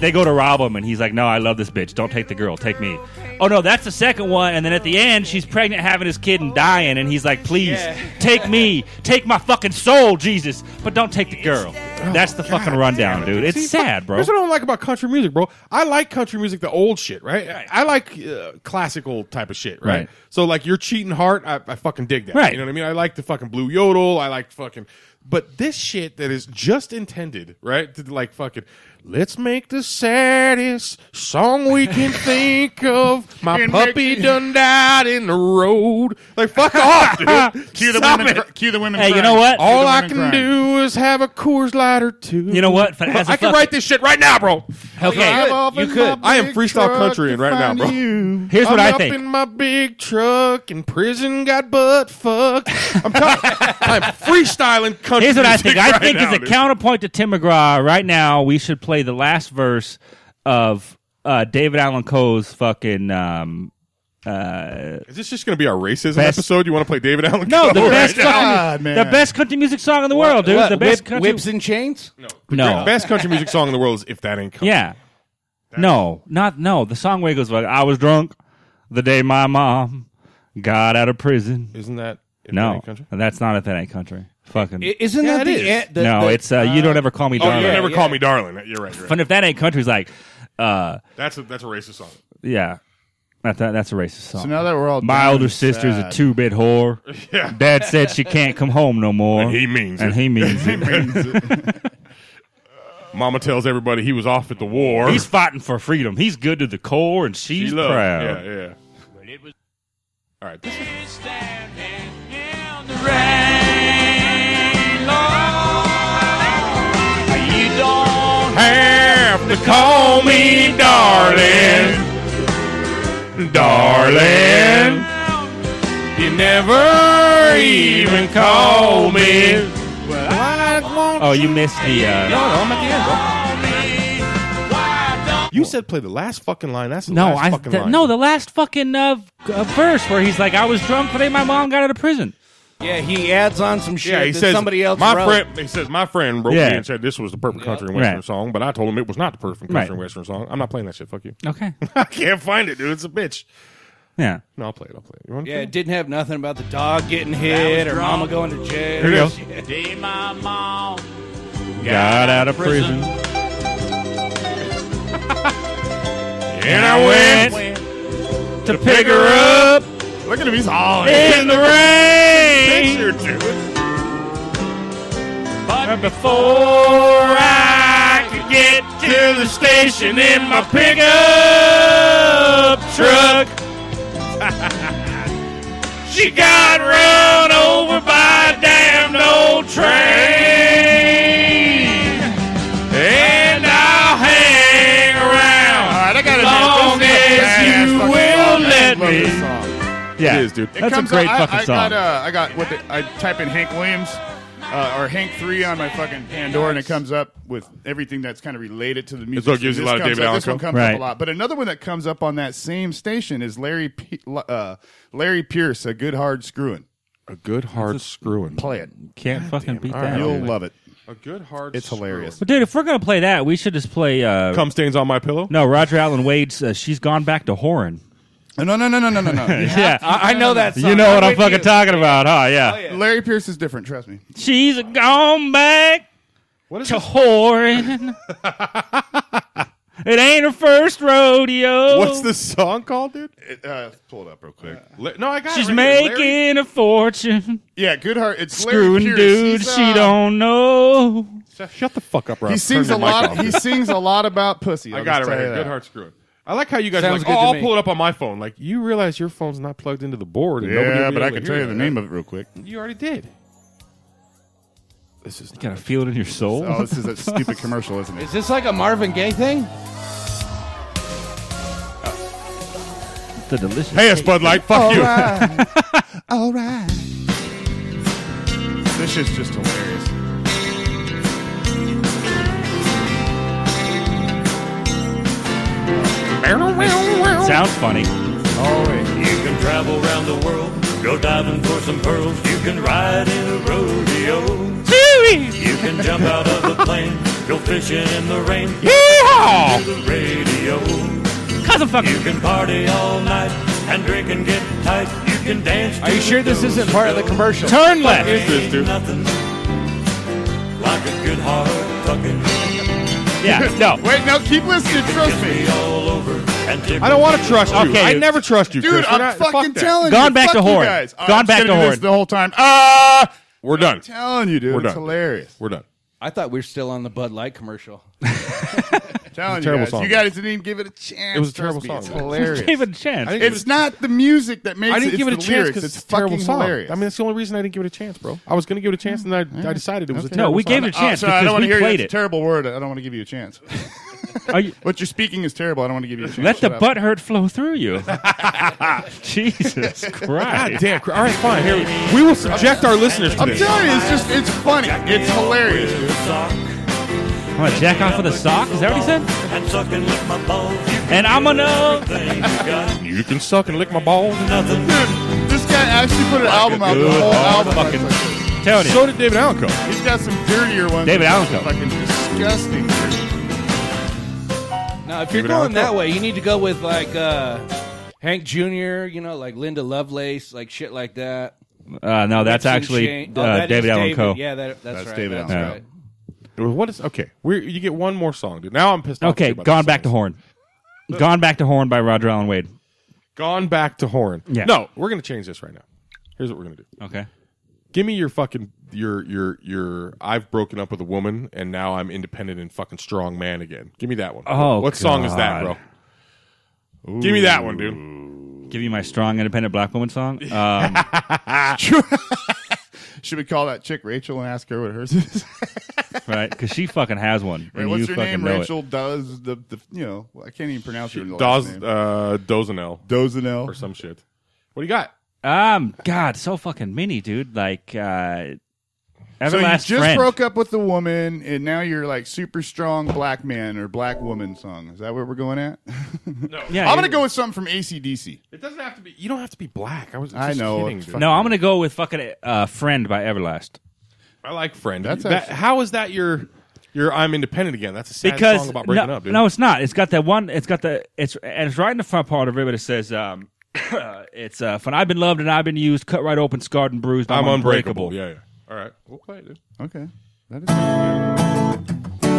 Speaker 2: they go to rob him, and he's like, no, I love this bitch. Don't take the girl. Take me. Oh no, that's the second one. And then at the end, she's pregnant, having his kid, and dying. And he's like, please, take me, take my fucking soul, Jesus, but don't take the girl. That's
Speaker 4: Oh,
Speaker 2: the fucking rundown, dude. It's
Speaker 4: See, fuck-
Speaker 2: sad, bro.
Speaker 4: Here's what I don't like about country music, bro. I like country music, the old shit, right? I, I like uh, classical type of shit, right?
Speaker 2: Right.
Speaker 4: So like your cheating heart, I, I fucking dig that,
Speaker 2: Right.
Speaker 4: You know what I mean? I like the fucking blue yodel. I like fucking, but this shit that is just intended, right? To like fucking. Let's make the saddest song we can think of. My
Speaker 3: And make-
Speaker 4: puppy done died in the road. Like fuck off, dude.
Speaker 3: Cue the
Speaker 4: Stop
Speaker 3: women
Speaker 4: it.
Speaker 3: cr- cue the women
Speaker 2: Hey, you know crying. what? Cue
Speaker 4: All
Speaker 2: the
Speaker 4: I
Speaker 2: women
Speaker 4: can
Speaker 2: crying.
Speaker 4: do is have a Coors Light or two.
Speaker 2: You know what? As a
Speaker 4: I can
Speaker 2: fuck-
Speaker 4: write this shit right now, bro.
Speaker 2: Okay,
Speaker 4: you could. I am freestyle country right now, bro.
Speaker 2: Here's what
Speaker 4: I'm
Speaker 2: I
Speaker 4: up
Speaker 2: think.
Speaker 4: in my big truck in prison, got butt fucked. I'm, talking, *laughs* I'm freestyling country.
Speaker 2: Here's what I think.
Speaker 4: music
Speaker 2: I
Speaker 4: right
Speaker 2: think
Speaker 4: now,
Speaker 2: as a
Speaker 4: dude.
Speaker 2: counterpoint to Tim McGraw, right now we should play the last verse of uh, David Allen Coe's fucking. Um, uh,
Speaker 4: Is this just going to be our racism
Speaker 2: Best-
Speaker 4: episode? You want to play David Allen?
Speaker 2: no, the
Speaker 4: Coe
Speaker 2: best
Speaker 4: Oh, right
Speaker 2: fucking,
Speaker 4: now?
Speaker 2: the best country music song in the world, dude.
Speaker 13: What,
Speaker 2: the best
Speaker 13: whip-
Speaker 2: country.
Speaker 13: whips and chains. No,
Speaker 2: no,
Speaker 4: The best country music song in the world is "If That Ain't Country."
Speaker 2: yeah, no, not no. The song where it goes like, "I was drunk the day my mom got out of prison."
Speaker 4: Isn't that if That
Speaker 2: no?
Speaker 4: Ain't Country?
Speaker 2: That's not if that ain't country. Fucking
Speaker 13: I- isn't
Speaker 4: Yeah,
Speaker 13: that
Speaker 4: it
Speaker 13: the,
Speaker 4: is.
Speaker 13: eh, the-
Speaker 2: no,
Speaker 13: the-
Speaker 2: it's uh, you don't ever call me
Speaker 4: Oh,
Speaker 2: darling.
Speaker 4: you never
Speaker 13: yeah.
Speaker 4: call me darling. You're right. You're right.
Speaker 2: And if that ain't country's like, uh,
Speaker 4: That's a, that's a racist song.
Speaker 2: Yeah. That, that, that's a racist song.
Speaker 3: So now that we're all
Speaker 2: My
Speaker 3: done
Speaker 2: older
Speaker 3: and
Speaker 2: sister's a
Speaker 3: sad.
Speaker 2: two bit whore.
Speaker 4: Yeah.
Speaker 2: Dad said she can't come home no more. And
Speaker 4: he means
Speaker 2: and
Speaker 4: it.
Speaker 2: he means it.
Speaker 4: Mama tells everybody he was off at the war.
Speaker 2: He's fighting for freedom. He's good to the core, and
Speaker 4: He
Speaker 2: she's
Speaker 4: loved-
Speaker 2: proud.
Speaker 4: Yeah, yeah. All right. this is- Have to call me darling, darling. You never even call me.
Speaker 2: Oh, you missed the. Uh,
Speaker 4: no, I'm at the end. You said play the last fucking line. That's the
Speaker 2: no,
Speaker 4: last
Speaker 2: I
Speaker 4: fucking
Speaker 2: th-
Speaker 4: line.
Speaker 2: no the last fucking uh, v- uh, verse where he's like, "I was drunk today. My mom got out of prison."
Speaker 13: Yeah, he adds on some shit
Speaker 4: Yeah, he
Speaker 13: that
Speaker 4: says
Speaker 13: somebody else
Speaker 4: My
Speaker 13: wrote.
Speaker 4: friend, he says my friend wrote
Speaker 2: Yeah.
Speaker 4: me and said this was the perfect country and western
Speaker 2: Right.
Speaker 4: song, but I told him it was not the perfect country
Speaker 2: Right.
Speaker 4: and western song. I'm not playing that shit. Fuck you.
Speaker 2: Okay.
Speaker 4: I can't find it, dude. It's a bitch.
Speaker 2: Yeah.
Speaker 4: No, I'll play it. I'll play it. You want
Speaker 13: Yeah, it didn't have nothing about the dog getting hit or mama going to jail.
Speaker 4: Here we go.
Speaker 13: Shit.
Speaker 2: Got out of prison.
Speaker 4: And I went
Speaker 2: to pick her up
Speaker 3: Look at him. He's hollering.
Speaker 2: in the rain.
Speaker 4: picture, dude.
Speaker 2: But before I could get to the station in my pickup,
Speaker 8: pickup truck. she got run over by a damn old train. And I'll hang around
Speaker 3: Ah,
Speaker 8: as long as you will let me.
Speaker 1: Yeah, it is, dude.
Speaker 3: It
Speaker 1: That's a
Speaker 3: comes
Speaker 1: great
Speaker 3: out- I-
Speaker 1: fucking
Speaker 3: I,
Speaker 1: song.
Speaker 3: Got, uh, I got what the, I type in Hank Williams uh, or Hank three on my fucking Pandora, and it comes up with everything that's kind of related to the music.
Speaker 1: what gives you a
Speaker 3: This
Speaker 1: lot of
Speaker 3: comes
Speaker 1: David
Speaker 3: up-
Speaker 1: Allan
Speaker 3: This one
Speaker 1: Coe.
Speaker 3: comes up
Speaker 1: Right.
Speaker 3: a lot, but another one that comes up on that same station is Larry P- uh, Larry Pierce, a good hard screwing.
Speaker 1: A good hard screwing.
Speaker 3: Play it.
Speaker 2: Can't fucking beat
Speaker 3: all
Speaker 2: that.
Speaker 3: You'll
Speaker 2: dude.
Speaker 3: love it.
Speaker 1: A good hard.
Speaker 3: It's hilarious.
Speaker 2: But dude, if we're gonna play that, we should just play. Uh,
Speaker 4: Cum stains on my pillow.
Speaker 2: No, Roger Allen Wade's. Uh, She's gone back to whoring.
Speaker 3: No, no, no, no, no, no, no.
Speaker 2: yeah,
Speaker 3: I- I know that
Speaker 2: You
Speaker 3: song.
Speaker 2: know
Speaker 3: I'm
Speaker 2: what I'm
Speaker 3: with
Speaker 2: fucking
Speaker 3: you.
Speaker 2: talking about, huh? Yeah.
Speaker 3: *laughs* Larry Pierce is different. Trust
Speaker 1: *laughs*
Speaker 3: me.
Speaker 2: She's gone back to
Speaker 3: *laughs*
Speaker 2: whoring. it ain't her first rodeo.
Speaker 4: What's this song called, dude?
Speaker 3: It, uh, pull it up real quick.
Speaker 4: no, I got
Speaker 2: She's
Speaker 4: it. right here.
Speaker 2: making a fortune.
Speaker 3: Yeah, Goodhart. It's
Speaker 2: screwing
Speaker 3: Larry Pierce.
Speaker 2: dudes
Speaker 3: He's,
Speaker 2: she
Speaker 3: uh,
Speaker 2: don't know.
Speaker 4: Shut the fuck up, Rob.
Speaker 3: He sings a lot. He sings a lot about
Speaker 4: *laughs*
Speaker 3: pussy.
Speaker 4: I
Speaker 3: I'll
Speaker 4: got it
Speaker 3: just
Speaker 4: right
Speaker 3: tell
Speaker 4: here.
Speaker 3: you
Speaker 4: Good
Speaker 3: that.
Speaker 4: hard screwing. I like how you guys are
Speaker 3: Sounds
Speaker 4: like,
Speaker 3: good
Speaker 4: oh,
Speaker 3: to
Speaker 4: I'll
Speaker 3: me."
Speaker 4: pull it up on my phone. Like, you realize your phone's not plugged into the board. And nobody
Speaker 3: Yeah,
Speaker 4: will be
Speaker 3: but I
Speaker 4: able
Speaker 3: can
Speaker 4: to
Speaker 3: tell
Speaker 4: hear
Speaker 3: you the
Speaker 4: that.
Speaker 3: name of it real quick.
Speaker 4: You already did. This is
Speaker 2: You gotta feel it in your soul.
Speaker 3: Oh, this is a stupid commercial, isn't it?
Speaker 13: Is this like a Marvin Gaye thing?
Speaker 2: the delicious.
Speaker 4: Hey, it's Bud Light. Fuck you.
Speaker 3: All right. This is just hilarious.
Speaker 2: Sounds funny.
Speaker 12: You can travel around the world, go diving for some pearls. You can ride in a rodeo. You can jump out of a plane, go fishing in the rain.
Speaker 8: Yeehaw!
Speaker 12: To the radio.
Speaker 2: Cause I'm fucking.
Speaker 12: You can party all night and drink and get tight. You can dance.
Speaker 13: Are you sure this isn't part of the commercial?
Speaker 12: *laughs*
Speaker 2: Turn left.
Speaker 12: Is this, dude? Nothing like a good hard fucking.
Speaker 2: Yeah, no. *laughs*
Speaker 3: Wait, no, keep listening. Trust me.
Speaker 4: I don't want to trust you.
Speaker 3: Okay.
Speaker 4: I never trust you,
Speaker 3: Dude,
Speaker 4: Chris. We're
Speaker 3: I'm
Speaker 4: not- fuck
Speaker 3: fucking
Speaker 4: that.
Speaker 3: telling you. fuck you guys. I'm just gonna do this the whole time. Ah,
Speaker 4: We're done.
Speaker 3: telling you, dude.
Speaker 4: We're
Speaker 3: it's
Speaker 4: done.
Speaker 3: hilarious.
Speaker 4: We're done.
Speaker 13: I thought we were still on the Bud Light commercial.
Speaker 3: telling you
Speaker 4: terrible
Speaker 3: guys.
Speaker 4: song.
Speaker 3: You guys didn't even give it a chance.
Speaker 4: It was a
Speaker 3: Trust
Speaker 4: terrible
Speaker 3: me,
Speaker 4: song.
Speaker 3: It's hilarious.
Speaker 2: Gave it a chance.
Speaker 4: didn't give
Speaker 3: It's not the music that makes
Speaker 4: I didn't
Speaker 3: it.
Speaker 4: give it a
Speaker 3: it's the
Speaker 4: chance
Speaker 3: lyrics.
Speaker 4: because
Speaker 3: It's,
Speaker 4: it's, a terrible
Speaker 3: fucking
Speaker 4: song.
Speaker 3: hilarious.
Speaker 4: I mean, that's the only reason I didn't give it a chance, bro. I was going to give it a chance, and I, I decided it was a
Speaker 3: Okay.
Speaker 4: terrible song.
Speaker 3: Uh, sorry, I don't wanna hear you.
Speaker 2: played
Speaker 3: It's
Speaker 2: it.
Speaker 3: a terrible word. I don't want to give you a chance. what you're speaking is terrible. I don't want to give you a chance.
Speaker 2: Let the
Speaker 3: Shut up.
Speaker 2: butt hurt flow through you. *laughs* Jesus Christ.
Speaker 4: God damn. All right, fine. Here we, we will subject our listeners to
Speaker 3: I'm
Speaker 4: this.
Speaker 3: telling you, it's just it's funny. It's hilarious.
Speaker 2: I'm gonna jack off with a sock. Is that what he said?
Speaker 12: And suck and lick my balls. You
Speaker 2: And I'm gonna.
Speaker 12: got
Speaker 4: You can suck and lick my balls.
Speaker 12: nothing.
Speaker 3: This guy actually put an album out. The
Speaker 4: good
Speaker 2: Oh,
Speaker 3: whole
Speaker 4: hard
Speaker 3: album.
Speaker 4: fucking-
Speaker 2: Telling you.
Speaker 4: So did David Allen Coe.
Speaker 3: He's got some dirtier ones.
Speaker 2: David Allen Coe.
Speaker 3: Fucking disgusting.
Speaker 13: Now, if you're
Speaker 3: Give it
Speaker 13: going
Speaker 3: a
Speaker 13: that
Speaker 3: go.
Speaker 13: way, you need to go with like uh, Hank Jr., you know, like Linda Lovelace, like shit like that.
Speaker 2: Uh, no, that's
Speaker 13: Winston
Speaker 2: actually
Speaker 13: Shane-
Speaker 2: uh,
Speaker 13: oh, that is
Speaker 2: David Allen
Speaker 13: David.
Speaker 2: Coe.
Speaker 13: Yeah, that, that's,
Speaker 3: That's
Speaker 13: right.
Speaker 3: David
Speaker 13: that's
Speaker 2: Allen Coe.
Speaker 13: right.
Speaker 4: What is okay? We're, you get one more song, dude. Now I'm pissed off.
Speaker 2: Okay,
Speaker 4: about
Speaker 2: gone
Speaker 4: this
Speaker 2: back to
Speaker 4: song.
Speaker 2: horn. Gone back to horn by Roger Allen Wade.
Speaker 4: Gone back to horn.
Speaker 2: Yeah.
Speaker 4: No, we're gonna change this right now. Here's what we're gonna do.
Speaker 2: Okay.
Speaker 4: Give me your fucking your your your. I've broken up with a woman and now I'm independent and fucking strong man again. Give me that one.
Speaker 2: Oh,
Speaker 4: what song is that, bro?
Speaker 2: God.
Speaker 4: Give me that one, dude.
Speaker 2: Give you my strong, independent black woman song. Um,
Speaker 3: *laughs* Should we call that chick Rachel and ask her what
Speaker 2: *laughs*
Speaker 3: hers is?
Speaker 2: right? Because she fucking has one.
Speaker 3: Right,
Speaker 2: and
Speaker 3: what's
Speaker 2: you
Speaker 3: your
Speaker 2: fucking
Speaker 3: name?
Speaker 2: know
Speaker 3: Rachel does the, the you know I can't even pronounce your last
Speaker 4: Doz
Speaker 3: name.
Speaker 4: uh, Dozanel
Speaker 3: Dozenel.
Speaker 4: or some shit. What do you got?
Speaker 2: it. Um, God, so fucking many, dude. Like, uh,
Speaker 3: So you
Speaker 2: Everlast
Speaker 3: just
Speaker 2: Friend.
Speaker 3: broke up with the woman, and now you're like super strong black man or black woman song. Is that where we're going at? *laughs*
Speaker 2: yeah,
Speaker 3: I'm gonna
Speaker 2: you-
Speaker 3: go with something from ACDC.
Speaker 4: It doesn't have to be. You don't have to be black. I was.
Speaker 3: I
Speaker 4: just
Speaker 3: know.
Speaker 4: kidding, dude.
Speaker 2: No, I'm gonna go with fucking uh, friend by Everlast.
Speaker 4: I like friend.
Speaker 3: That's
Speaker 4: that,
Speaker 3: actually-
Speaker 4: how is that your your I'm independent again? That's a sad
Speaker 2: because
Speaker 4: song about breaking
Speaker 2: no,
Speaker 4: up, dude.
Speaker 2: no, it's not. It's got that one. It's got the it's and it's right in the front part of it. But it says, um, *coughs* "It's uh, when I've been loved and I've been used, cut right open, scarred and bruised. I'm,
Speaker 4: I'm
Speaker 2: unbreakable.
Speaker 4: unbreakable. Yeah, yeah. All right, we'll play it, dude.
Speaker 3: Okay, that is.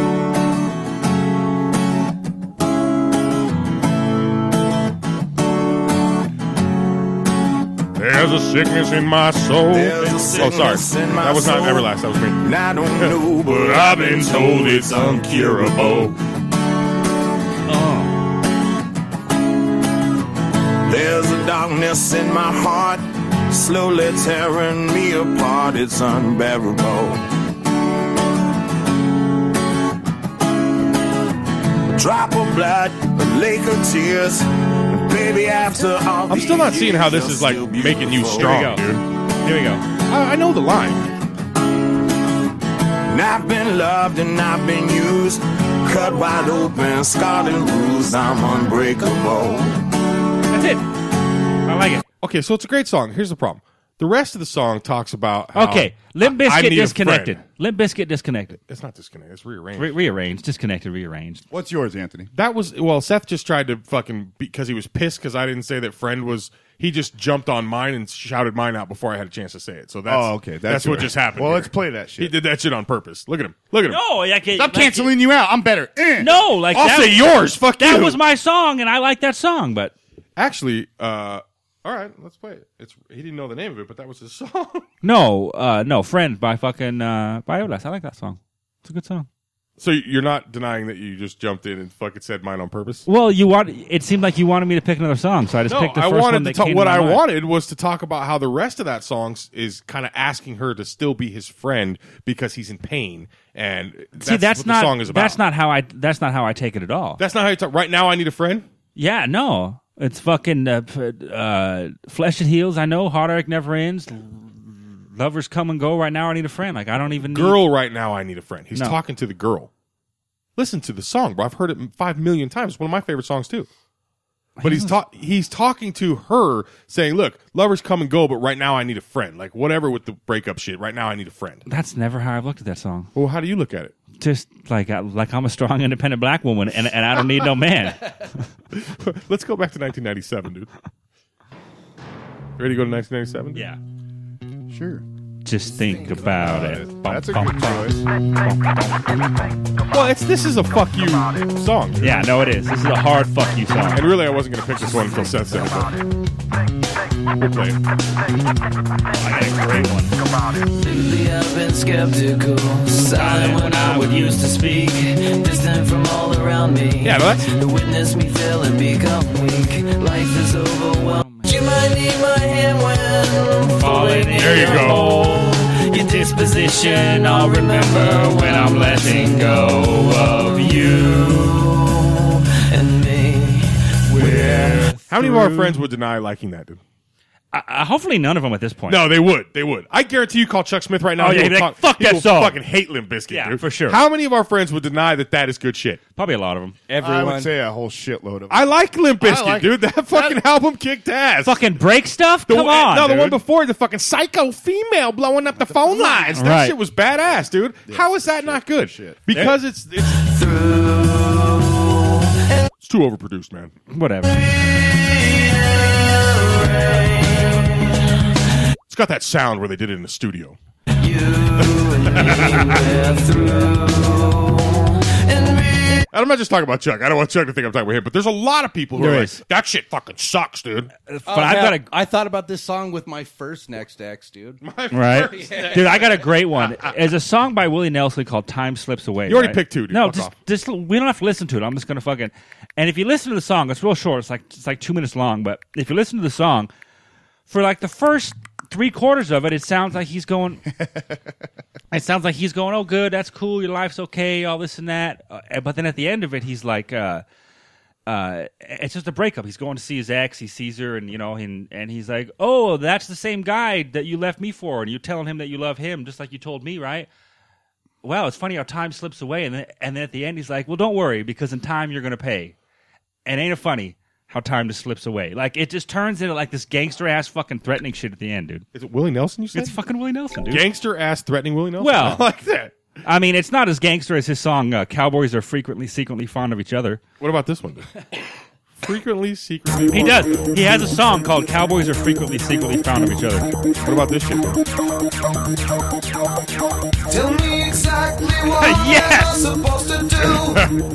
Speaker 4: There's a sickness in my soul.
Speaker 11: There's a
Speaker 4: oh,
Speaker 11: sickness
Speaker 4: sorry.
Speaker 11: in my
Speaker 4: that was not
Speaker 11: soul.
Speaker 4: Everlast. That was me.
Speaker 11: And I don't
Speaker 12: *laughs*
Speaker 11: know, but I've been told it's uncurable.
Speaker 14: There's a darkness in my heart, slowly tearing me apart. It's unbearable. A drop of blood, a lake of tears. Baby, after all
Speaker 4: I'm still not seeing how this is like making you strong, dude.
Speaker 2: Here we go.
Speaker 4: I, I know the line.
Speaker 14: And I've been loved and I've been used. Cut wide open, scarred and bruised. I'm unbreakable.
Speaker 2: That's it. I like it.
Speaker 4: Okay, so it's a great song. Here's the problem. The rest of the song talks about how
Speaker 2: okay, Limp
Speaker 4: I- I
Speaker 2: Biscuit
Speaker 4: need a
Speaker 2: disconnected.
Speaker 4: friend.
Speaker 2: Limp Biscuit disconnected.
Speaker 4: It's not disconnected. It's rearranged.
Speaker 2: Re- rearranged, disconnected, rearranged.
Speaker 3: What's yours, Anthony?
Speaker 4: That was well. Seth just tried to fucking because he was pissed because I didn't say that friend was. He just jumped on mine and shouted mine out before I had a chance to say it. So that's
Speaker 3: Oh, okay. That's
Speaker 4: That's, what
Speaker 3: yours.
Speaker 4: just happened.
Speaker 3: Well,
Speaker 4: here.
Speaker 3: let's play that shit.
Speaker 4: He did that shit on purpose. Look at him. Look at him.
Speaker 2: No, I can't.
Speaker 3: I'm canceling you out. I'm better. Eh.
Speaker 2: No, like
Speaker 4: I'll
Speaker 2: that-
Speaker 4: say yours. Fuck
Speaker 2: that
Speaker 4: you.
Speaker 2: was my song, and I like that song. But
Speaker 4: actually, uh, all right, let's play it. It's he didn't know the name of it, but that was his *laughs* song.
Speaker 2: no, uh, no, friend by fucking uh, Biolas. I like that song. It's a good song.
Speaker 4: So you're not denying that you just jumped in and fucking said mine on purpose?
Speaker 2: Well, you want. It seemed like you wanted me to pick another song, so I just
Speaker 4: no,
Speaker 2: picked the
Speaker 4: I
Speaker 2: first
Speaker 4: wanted
Speaker 2: one
Speaker 4: to
Speaker 2: that
Speaker 4: talk.
Speaker 2: came
Speaker 4: What
Speaker 2: to my
Speaker 4: I
Speaker 2: mind.
Speaker 4: wanted was to talk about how the rest of that song s- is kind of asking her to still be his friend because he's in pain, and that's,
Speaker 2: See, that's
Speaker 4: what
Speaker 2: not.
Speaker 4: the song is about.
Speaker 2: That's not how I. That's not how I take it at all.
Speaker 4: That's not how you talk. Right now, I need a friend.
Speaker 2: Yeah, no, it's fucking uh, p- uh, flesh and heels. I know heartache never ends. Lovers come and go. Right now, I need a friend. Like I don't even need-
Speaker 4: Girl, right now, I need a friend. He's
Speaker 2: No.
Speaker 4: talking to the girl. Listen to the song, bro. I've heard it m- five million times. It's one of my favorite songs too. But he's ta- he's talking to her, saying, "Look, lovers come and go, but right now I need a friend. Like whatever with the breakup shit. Right now I need a friend."
Speaker 2: That's never how I've looked at that song.
Speaker 4: Well, how do you look at it? *laughs*
Speaker 2: Just like I, like I'm a strong, independent black woman, and, and I don't need
Speaker 4: *laughs*
Speaker 2: no man.
Speaker 4: Let's go back to 1997, dude. Ready to go to 1997?
Speaker 2: Yeah.
Speaker 3: Sure.
Speaker 2: Just think about it. That's a good
Speaker 4: Well, it's this is a fuck you song.
Speaker 2: Yeah, no, it is. This is a hard fuck you song.
Speaker 4: And really, I wasn't gonna pick this one until Seth said it. but We'll play it.
Speaker 10: Lately I've been skeptical, silent when I would used to speak, distant from all around me.
Speaker 8: Yeah, but
Speaker 10: To witness me fail and become weak, life is overwhelming. You might need my hand when falling
Speaker 8: There you go.
Speaker 10: go. Your disposition, I'll remember when I'm letting go of you and me.
Speaker 4: How many of our friends would deny liking that, dude?
Speaker 2: I, I- hopefully, none of them at this point.
Speaker 4: No, they would. They would. I guarantee you call Chuck Smith right now.
Speaker 2: Oh,
Speaker 4: he
Speaker 2: yeah,
Speaker 4: will
Speaker 2: he'd be
Speaker 4: talk-
Speaker 2: like, "Fuck
Speaker 4: he
Speaker 2: that
Speaker 4: will
Speaker 2: song."
Speaker 4: Fucking hate Limp Bizkit,
Speaker 2: Yeah,
Speaker 4: dude.
Speaker 2: for sure.
Speaker 4: How many of our friends would deny that that is good shit?
Speaker 2: Probably a lot of them.
Speaker 3: I would say a whole shitload of.
Speaker 4: I like Limp
Speaker 3: I
Speaker 4: Bizkit,
Speaker 3: like-
Speaker 4: dude. That fucking album kicked ass.
Speaker 2: Fucking break stuff.
Speaker 4: The
Speaker 2: Come
Speaker 4: one-
Speaker 2: on.
Speaker 4: no, the one
Speaker 2: dude.
Speaker 4: before the fucking psycho female blowing up the phone lines. That
Speaker 2: Right.
Speaker 4: shit was badass, dude. How is that not good? Because it's it's it's too overproduced, man.
Speaker 2: Whatever.
Speaker 4: It's got that sound where they did it in the studio. And I'm not just talking about Chuck. I don't want Chuck to think I'm talking about him, but there's a lot of people who
Speaker 2: There
Speaker 4: are
Speaker 2: is.
Speaker 4: like, that shit fucking sucks, dude. But
Speaker 13: Oh, hell, I thought about this song with my first next ex, dude. My
Speaker 4: *laughs*
Speaker 2: Right, dude. I got a great one. It's a song by Willie Nelson called "Time Slips Away."
Speaker 4: You already
Speaker 2: right?
Speaker 4: picked two, dude.
Speaker 2: No,
Speaker 4: Fuck
Speaker 2: just
Speaker 4: off.
Speaker 2: just we don't have to listen to it. I'm just gonna fucking. And if you listen to the song, it's real short. It's like it's like two minutes long. But if you listen to the song, for like the first three quarters of it, it sounds like
Speaker 4: *laughs*
Speaker 2: he's going. it sounds like he's going, "Oh, good, that's cool. Your life's okay. All this and that." Uh, but then at the end of it, he's like. uh uh, it's just a breakup. He's going to see his ex. He sees her, and you know, and and he's like, "Oh, that's the same guy that you left me for." And you're telling him that you love him, just like you told me, right? Well, it's funny how time slips away, and then and then at the end, he's like, "Well, don't worry, because in time you're gonna pay." And ain't it funny how time just slips away? Like it just turns into like this gangster ass fucking threatening shit at the end, dude.
Speaker 4: Is it Willie Nelson? You said
Speaker 2: it's fucking Willie Nelson, dude.
Speaker 4: gangster ass threatening Willie Nelson. *laughs*
Speaker 2: Well-
Speaker 4: I like that.
Speaker 2: I mean, it's not as gangster as his song uh, "Cowboys Are Frequently Secretly Fond of Each Other."
Speaker 4: What about this one? Dude? *coughs* Frequently, secretly.
Speaker 2: He does. He has a song called "Cowboys Are Frequently Secretly Fond of Each Other." What
Speaker 4: about this shit?
Speaker 11: Tell me exactly
Speaker 8: *laughs*
Speaker 11: what
Speaker 8: Yes!
Speaker 11: I'm supposed to do.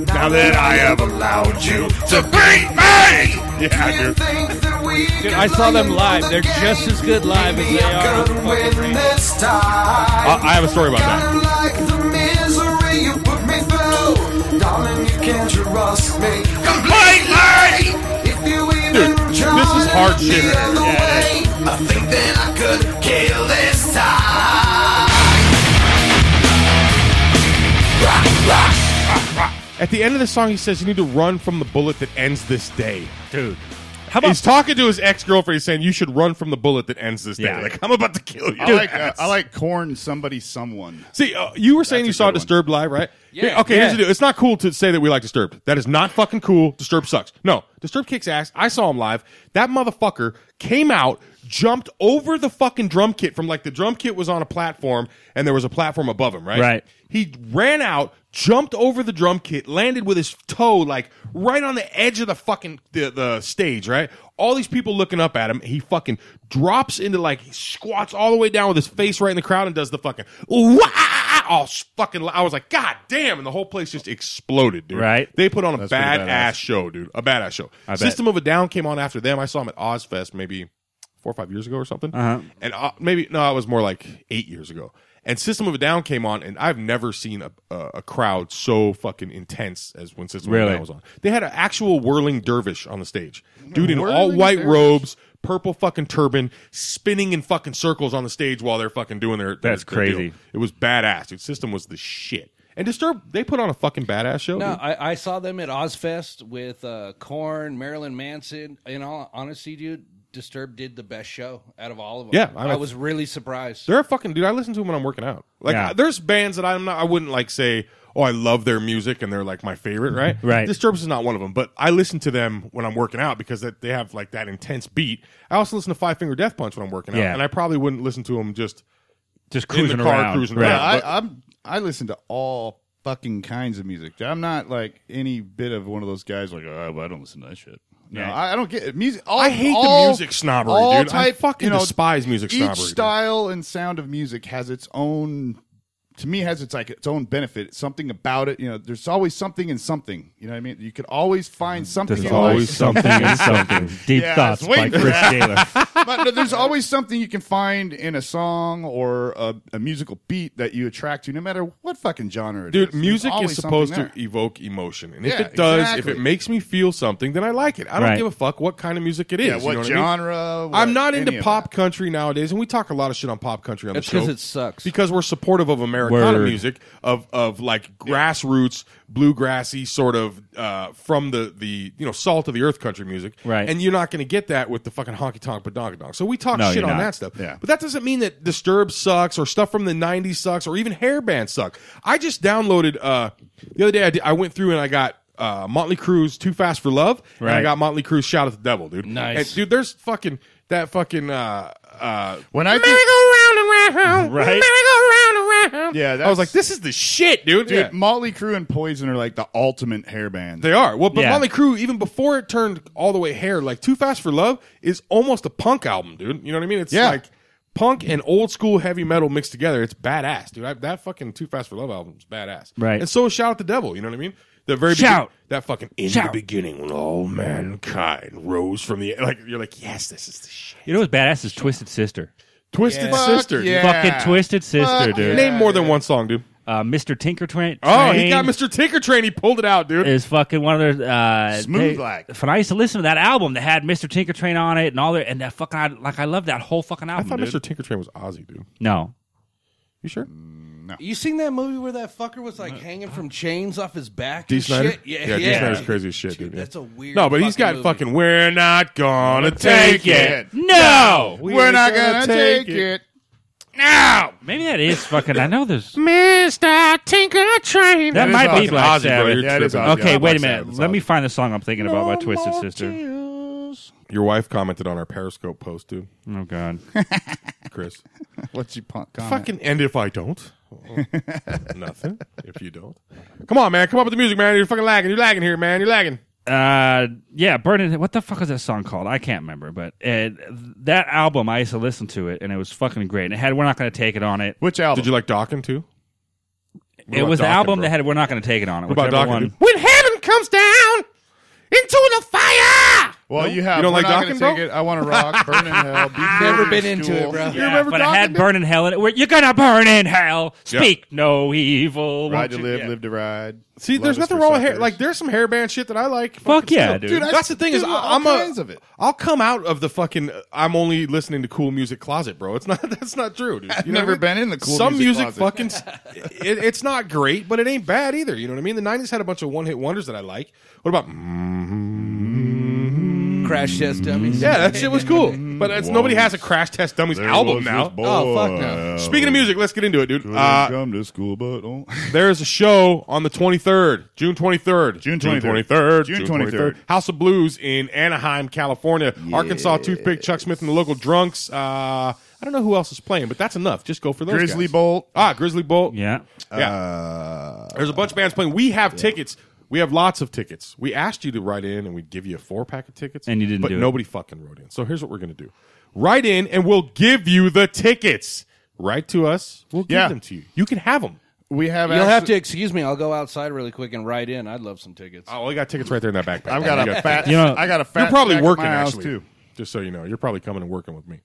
Speaker 8: *laughs* Now that I have allowed you to beat me!
Speaker 11: Do you think that we
Speaker 8: Dude,
Speaker 11: can
Speaker 8: I saw
Speaker 11: play
Speaker 8: them live.
Speaker 11: another
Speaker 8: They're just
Speaker 11: game?
Speaker 8: as good live as
Speaker 11: Maybe
Speaker 8: they
Speaker 11: I'm
Speaker 8: are with
Speaker 11: gonna
Speaker 8: the fucking
Speaker 11: win
Speaker 8: Rams.
Speaker 11: this time.
Speaker 8: Uh,
Speaker 4: I, I have a story about that.
Speaker 11: Kinda like the misery you put me through. Darling, you can't trust me completely. If you even
Speaker 4: Dude, this is hard shit.
Speaker 11: I think that I could kill this time.
Speaker 4: At the end of the song, he says, "You need to run from the bullet that ends this day."
Speaker 2: Dude.
Speaker 4: How about- he's talking to his ex girlfriend. He's saying, "You should run from the bullet that ends this day."
Speaker 3: Yeah.
Speaker 4: Like I'm about to kill you.
Speaker 3: I like uh, I like corn somebody someone.
Speaker 4: See, uh, you were saying you saw Disturbed live, right?
Speaker 3: Yeah.
Speaker 4: Here- okay,
Speaker 3: Yeah.
Speaker 4: here's the deal. It's not cool to say that we like Disturbed. That is not fucking cool. Disturbed sucks. No, Disturbed kicks ass. I saw him live. That motherfucker came out, jumped over the fucking drum kit from like the drum kit was on a platform and there was a platform above him, right?
Speaker 2: Right.
Speaker 4: He ran out, jumped over the drum kit, landed with his toe like right on the edge of the fucking the, the stage, right? All these people looking up at him. He fucking drops into like he squats all the way down with his face right in the crowd and does the fucking "Ooh, ah, ah, ah," all s- fucking. lo- I was like, God damn! And the whole place just exploded, dude.
Speaker 2: Right.
Speaker 4: They put on a
Speaker 2: pretty
Speaker 4: badass,
Speaker 2: badass.
Speaker 4: show, dude. A badass show.
Speaker 2: bet.
Speaker 4: System of a Down came on after them. I saw him at Ozfest maybe four or five years ago or something.
Speaker 2: Uh-huh.
Speaker 4: And uh, maybe no, it was more like eight years ago. And System of a Down came on, and I've never seen a, a, a crowd so fucking intense as when System of a
Speaker 2: Really?
Speaker 4: Down was on. They had an actual whirling dervish on the stage, dude, in all
Speaker 2: Whirling
Speaker 4: white
Speaker 2: dervish?
Speaker 4: robes, purple fucking turban, spinning in fucking circles on the stage while they're fucking doing their. their-
Speaker 2: That's
Speaker 4: their deal.
Speaker 2: crazy.
Speaker 4: It was badass, dude. System was the shit. And Disturbed, they put on a fucking badass show.
Speaker 13: No,
Speaker 4: dude.
Speaker 13: I, I saw them at Ozfest with uh, Korn, Marilyn Manson. In all honesty, dude, Disturbed did the best show out of all of them.
Speaker 4: Yeah,
Speaker 13: I,
Speaker 4: I'm a-
Speaker 13: was really surprised.
Speaker 4: They're a fucking dude. I listen to them when I'm working out. Like
Speaker 2: Yeah.
Speaker 4: there's bands that I'm not. I wouldn't like say, oh, I love their music and they're like my favorite, right?
Speaker 2: *laughs* Right.
Speaker 4: Disturbance is not one of them, but I listen to them when I'm working out because that they have like that intense beat. I also listen to Five Finger Death Punch when I'm working out,
Speaker 2: Yeah.
Speaker 4: and I probably wouldn't listen to them just
Speaker 2: just
Speaker 4: in
Speaker 2: cruising
Speaker 4: the car,
Speaker 2: around.
Speaker 4: cruising
Speaker 2: Right.
Speaker 3: Yeah,
Speaker 4: around. But-
Speaker 3: I, I'm I listen to all fucking kinds of music. I'm not like any bit of one of those guys like oh, I don't listen to that shit. No,
Speaker 4: Yeah.
Speaker 3: I, I don't get it. music. All,
Speaker 4: I hate the
Speaker 3: all-
Speaker 4: music snobbery,
Speaker 3: all
Speaker 4: dude. I
Speaker 3: Type,
Speaker 4: fucking
Speaker 3: you know,
Speaker 4: despise music
Speaker 3: each
Speaker 4: snobbery, dude.
Speaker 3: style and sound of music has its own. To me, has its like its own benefit. It's something about it. You know, there's always something in something. You know what I mean? You could always find something.
Speaker 2: There's
Speaker 3: in life.
Speaker 2: always
Speaker 4: *laughs*
Speaker 2: something in something. Deep
Speaker 3: Yeah, I
Speaker 2: thoughts
Speaker 3: was
Speaker 2: by
Speaker 3: waiting for
Speaker 2: Chris
Speaker 3: that.
Speaker 2: Gaylor.
Speaker 3: but no, there's always something you can find in a song or a, a musical beat that you attract to, no matter what fucking genre it is.
Speaker 4: Dude,
Speaker 3: There's
Speaker 4: music is
Speaker 3: always something
Speaker 4: supposed to
Speaker 3: there.
Speaker 4: evoke emotion, and if
Speaker 3: Yeah,
Speaker 4: it does, if
Speaker 3: exactly.
Speaker 4: it makes me feel something, then I like it. I don't
Speaker 2: Right.
Speaker 4: give a fuck what kind of music it is.
Speaker 3: Yeah,
Speaker 4: you
Speaker 3: what
Speaker 4: know I mean?
Speaker 3: genre? what-
Speaker 4: I'm not
Speaker 3: any
Speaker 4: into
Speaker 3: of
Speaker 4: pop country nowadays, and we talk a lot of shit on pop country on
Speaker 13: That's
Speaker 4: the show
Speaker 13: 'cause it sucks.
Speaker 4: Because we're supportive of Americana
Speaker 2: Word.
Speaker 4: music, of of like grassroots, bluegrassy sort of uh, from the the you know salt of the earth country music,
Speaker 2: Right.
Speaker 4: And you're not going to get that with the fucking honky tonk badonkadonk. So we talk
Speaker 2: No,
Speaker 4: shit
Speaker 2: you're
Speaker 4: on
Speaker 2: not.
Speaker 4: that stuff,
Speaker 2: Yeah.
Speaker 4: But that doesn't mean that Disturbed sucks or stuff from the '90s sucks or even Hairband suck. I just downloaded uh, the other day. I, did, I went through and I got. Uh, Motley Crue's "Too Fast for Love," and I
Speaker 2: Right.
Speaker 4: got Motley Crue's "Shout at the Devil," dude.
Speaker 2: Nice.
Speaker 4: And, dude. There's fucking that fucking uh uh
Speaker 3: when I
Speaker 4: merry go round and round,
Speaker 2: Right.
Speaker 4: merry go round and round.
Speaker 3: Yeah,
Speaker 4: I was like, this is the shit, dude.
Speaker 3: Dude,
Speaker 4: Yeah.
Speaker 3: Motley Crue and Poison are like the ultimate hair band.
Speaker 4: They are. Well, but
Speaker 3: Yeah.
Speaker 4: Motley Crue, even before it turned all the way hair, like Too Fast for Love is almost a punk album, dude. You know what I mean? It's
Speaker 3: Yeah.
Speaker 4: like punk and old school heavy metal mixed together. It's badass, dude. I, that fucking Too Fast for Love album is badass.
Speaker 2: Right.
Speaker 4: And so is Shout at the Devil. You know what I mean? The very
Speaker 2: Shout.
Speaker 4: begin- that fucking in
Speaker 2: Shout.
Speaker 4: the beginning when all mankind rose from the like you're like yes this is the shit.
Speaker 2: You know what's badass is Twisted Sister.
Speaker 4: Twisted
Speaker 2: Fuck
Speaker 4: Sister, dude.
Speaker 2: Fucking Twisted Sister,
Speaker 4: Fuck
Speaker 2: dude.
Speaker 4: yeah. Name more than one song, dude.
Speaker 2: Uh, Mr. Tinker Train.
Speaker 4: Oh, he got Mr. Tinker Train. He pulled it out, dude.
Speaker 2: Is fucking one of their uh,
Speaker 4: Smooth
Speaker 2: they-
Speaker 4: like.
Speaker 2: When I used to listen to that album that had Mr. Tinker Train on it and all that, and that fucking I, like I love that whole fucking
Speaker 4: I
Speaker 2: album.
Speaker 4: thought
Speaker 2: dude.
Speaker 4: Mr. Tinker Train was Ozzy, dude.
Speaker 2: No,
Speaker 4: You sure?
Speaker 13: You seen that movie where that fucker was like hanging from chains off his back?
Speaker 4: D.
Speaker 13: and
Speaker 4: Snyder?
Speaker 13: Shit? Yeah, yeah.
Speaker 4: yeah, D. Snyder's crazy as shit, dude. yeah.
Speaker 13: that's a weird
Speaker 4: No, but he's got
Speaker 13: fucking movie.
Speaker 4: fucking. We're not gonna take it.
Speaker 2: No,
Speaker 4: We're We're not gonna gonna take take
Speaker 3: it.
Speaker 2: No, maybe that is fucking. I know there's
Speaker 8: Mr. Tinker Train.
Speaker 2: that might
Speaker 4: fucking
Speaker 2: be Black
Speaker 4: Ozzy, bro.
Speaker 2: Sabbath.
Speaker 4: You're Yeah, it is tripping. Ozzy.
Speaker 2: okay,
Speaker 4: Yeah,
Speaker 2: wait a
Speaker 4: Black
Speaker 2: minute.
Speaker 4: Sabbath is
Speaker 2: Let me find the song I'm thinking about by Twisted Sister.
Speaker 3: *laughs*
Speaker 4: Your wife commented on our Periscope post, dude.
Speaker 2: Oh
Speaker 3: *laughs*
Speaker 2: God,
Speaker 4: Chris.
Speaker 3: What's your punk comment?
Speaker 4: Fucking and if I don't, nothing. If you don't, come on, man, come up with the music, man. You're fucking lagging. You're lagging here, man. You're lagging.
Speaker 2: Uh, yeah, Burning. What the fuck is that song called? I can't remember, but uh, that album I used to listen to it, and it was fucking great. And it had "We're Not Gonna Take It" on it.
Speaker 3: Which album?
Speaker 4: Did you like Dawkins too? What
Speaker 2: it
Speaker 4: about
Speaker 2: was the
Speaker 4: Dawkins,
Speaker 2: album
Speaker 4: bro?
Speaker 2: that had "We're Not Gonna Take It" on it.
Speaker 4: What about
Speaker 2: whichever
Speaker 4: Dawkins,
Speaker 2: one-
Speaker 4: dude?
Speaker 8: When heaven comes down into the fire,
Speaker 3: Well, you have.
Speaker 4: You don't like
Speaker 3: We're not gonna
Speaker 4: docking, bro?
Speaker 3: take it. I want
Speaker 4: *laughs*
Speaker 3: to rock. Burn in hell. Be
Speaker 6: Never been
Speaker 3: cool.
Speaker 6: into it, bro.
Speaker 3: You remember
Speaker 2: but I
Speaker 3: docking?
Speaker 2: had burn in hell. In it. Where You're gonna burn in hell.
Speaker 4: Yeah.
Speaker 2: Speak no evil.
Speaker 4: Ride to live,
Speaker 3: live to ride.
Speaker 4: See, there's nothing wrong with hair. Like, there's some hairband shit that I like. Fuck
Speaker 2: yeah, dude. Dude, I-
Speaker 4: That's the thing is,
Speaker 2: dude,
Speaker 4: I-
Speaker 2: all
Speaker 4: I'm a.
Speaker 2: kinds of it.
Speaker 4: I'll come out of the fucking. uh, I'm only listening to cool music closet, bro. It's not. *laughs* That's not true, dude.
Speaker 3: I've
Speaker 4: You know
Speaker 3: never
Speaker 4: what I mean?
Speaker 3: been in the cool
Speaker 4: Some
Speaker 3: music
Speaker 4: music,
Speaker 3: closet.
Speaker 4: fucking. s- it, it's not great, but it ain't bad either. You know what I mean? The '90s had a bunch of one hit wonders that I like. What about
Speaker 6: Crash Test Dummies?
Speaker 4: Yeah, that shit was cool. But it's, nobody has a Crash Test Dummies
Speaker 6: There
Speaker 4: album
Speaker 6: was
Speaker 4: now.
Speaker 6: this Oh, fuck no. boy.
Speaker 4: Speaking of music, let's get into it, dude.
Speaker 3: Could've
Speaker 4: Uh,
Speaker 3: come to school, but don't.
Speaker 4: there is a show on the 23rd, June 23rd. June
Speaker 3: 23rd.
Speaker 4: 23rd.
Speaker 3: June 23rd.
Speaker 4: House of Blues in Anaheim, California. Arkansas Toothpick, Chuck Smith, and the local drunks. Uh, I don't know who else is playing, but that's enough. Just go for those.
Speaker 3: Grizzly
Speaker 4: guys.
Speaker 3: Bolt. Uh,
Speaker 4: Ah, Grizzly Bolt.
Speaker 2: Yeah.
Speaker 4: Yeah.
Speaker 6: Uh,
Speaker 4: There's a bunch of bands playing. We have tickets. We have lots of tickets. We asked you to write in and we'd give you a four pack of tickets.
Speaker 2: And you didn't
Speaker 4: But
Speaker 2: do it.
Speaker 4: nobody fucking wrote in. So here's what we're going to do write in and we'll give you the tickets. Write to us. We'll give
Speaker 6: Yeah.
Speaker 4: them to you. You can have them.
Speaker 3: We
Speaker 6: You'll
Speaker 3: have.
Speaker 6: have to excuse me. I'll go outside really quick and write in. I'd love some tickets.
Speaker 4: Oh, I got tickets right there in that *laughs* backpack.
Speaker 6: I've got
Speaker 4: You
Speaker 6: a fat-
Speaker 4: tickets.
Speaker 6: I got a
Speaker 4: You're
Speaker 6: fat
Speaker 4: probably
Speaker 6: stack at
Speaker 4: working
Speaker 6: my house,
Speaker 4: actually.
Speaker 6: too.
Speaker 4: Just so you know, you're probably coming and working with me.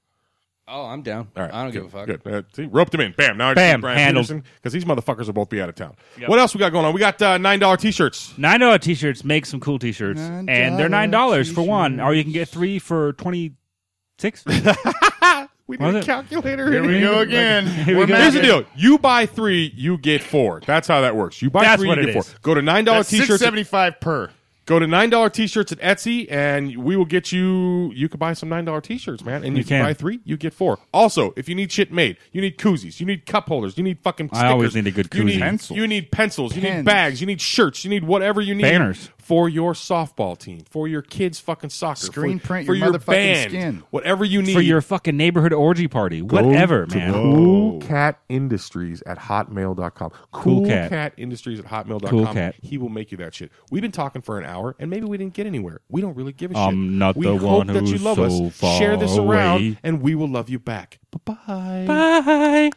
Speaker 6: Oh, I'm down.
Speaker 4: All right,
Speaker 6: I don't
Speaker 4: good,
Speaker 6: give a fuck.
Speaker 4: Good. Uh, see, roped him in. Bam. Now I just
Speaker 2: Bam,
Speaker 4: need Brian
Speaker 2: handled.
Speaker 4: because these motherfuckers will both be out of town.
Speaker 2: Yep.
Speaker 4: What else we got going on? We got uh, nine dollar t-shirts.
Speaker 2: Nine dollar t-shirts make some cool t-shirts, and they're nine dollars for one, or you can get three for twenty
Speaker 4: *laughs*
Speaker 2: six.
Speaker 4: We
Speaker 2: Was
Speaker 4: need a
Speaker 2: it?
Speaker 4: calculator.
Speaker 2: Here we go again. Here we
Speaker 4: We're
Speaker 2: go
Speaker 4: Here's the
Speaker 2: again.
Speaker 4: deal: you buy three, you get four. That's how that works. You buy
Speaker 2: That's
Speaker 4: three,
Speaker 2: what
Speaker 4: you
Speaker 2: it
Speaker 4: get
Speaker 2: is.
Speaker 4: four. Go to nine dollar
Speaker 3: That's
Speaker 4: t-shirts.
Speaker 3: $6.75 per.
Speaker 4: Go to nine dollar t-shirts at Etsy, and we will get you. You can buy some nine dollar t-shirts, man. And
Speaker 2: You
Speaker 4: if you
Speaker 2: can.
Speaker 4: buy three, you get four. Also, if you need shit made, you need koozies, you need cup holders, you need fucking. Stickers,
Speaker 2: I always need a good
Speaker 4: You need
Speaker 2: koozie.
Speaker 4: pencils.
Speaker 2: Pencil.
Speaker 4: You need pencils. You need
Speaker 2: Pens.
Speaker 4: bags. You need shirts. You need whatever you need.
Speaker 2: Banners.
Speaker 4: for your softball team, for your kids' fucking soccer,
Speaker 3: Screen
Speaker 4: for,
Speaker 3: print
Speaker 4: for
Speaker 3: your
Speaker 4: your,
Speaker 3: motherfucking
Speaker 4: band,
Speaker 3: skin.
Speaker 4: whatever you need
Speaker 2: for your fucking neighborhood orgy party, whatever, man.
Speaker 4: Cool Cat Industries at hotmail.com. Cool,
Speaker 2: Cool
Speaker 4: cat.
Speaker 2: Cat.
Speaker 4: Industries at hotmail.com.
Speaker 2: Cool Cat.
Speaker 4: He will make you that shit. We've been talking for an hour and maybe we didn't get anywhere. We don't really give a shit.
Speaker 2: I'm not
Speaker 4: we
Speaker 2: the
Speaker 4: hope
Speaker 2: one
Speaker 4: that you
Speaker 2: who's
Speaker 4: love
Speaker 2: so
Speaker 4: us. Share this
Speaker 2: far
Speaker 4: around
Speaker 2: away.
Speaker 4: and we will love you back. Bye-bye.
Speaker 2: Bye.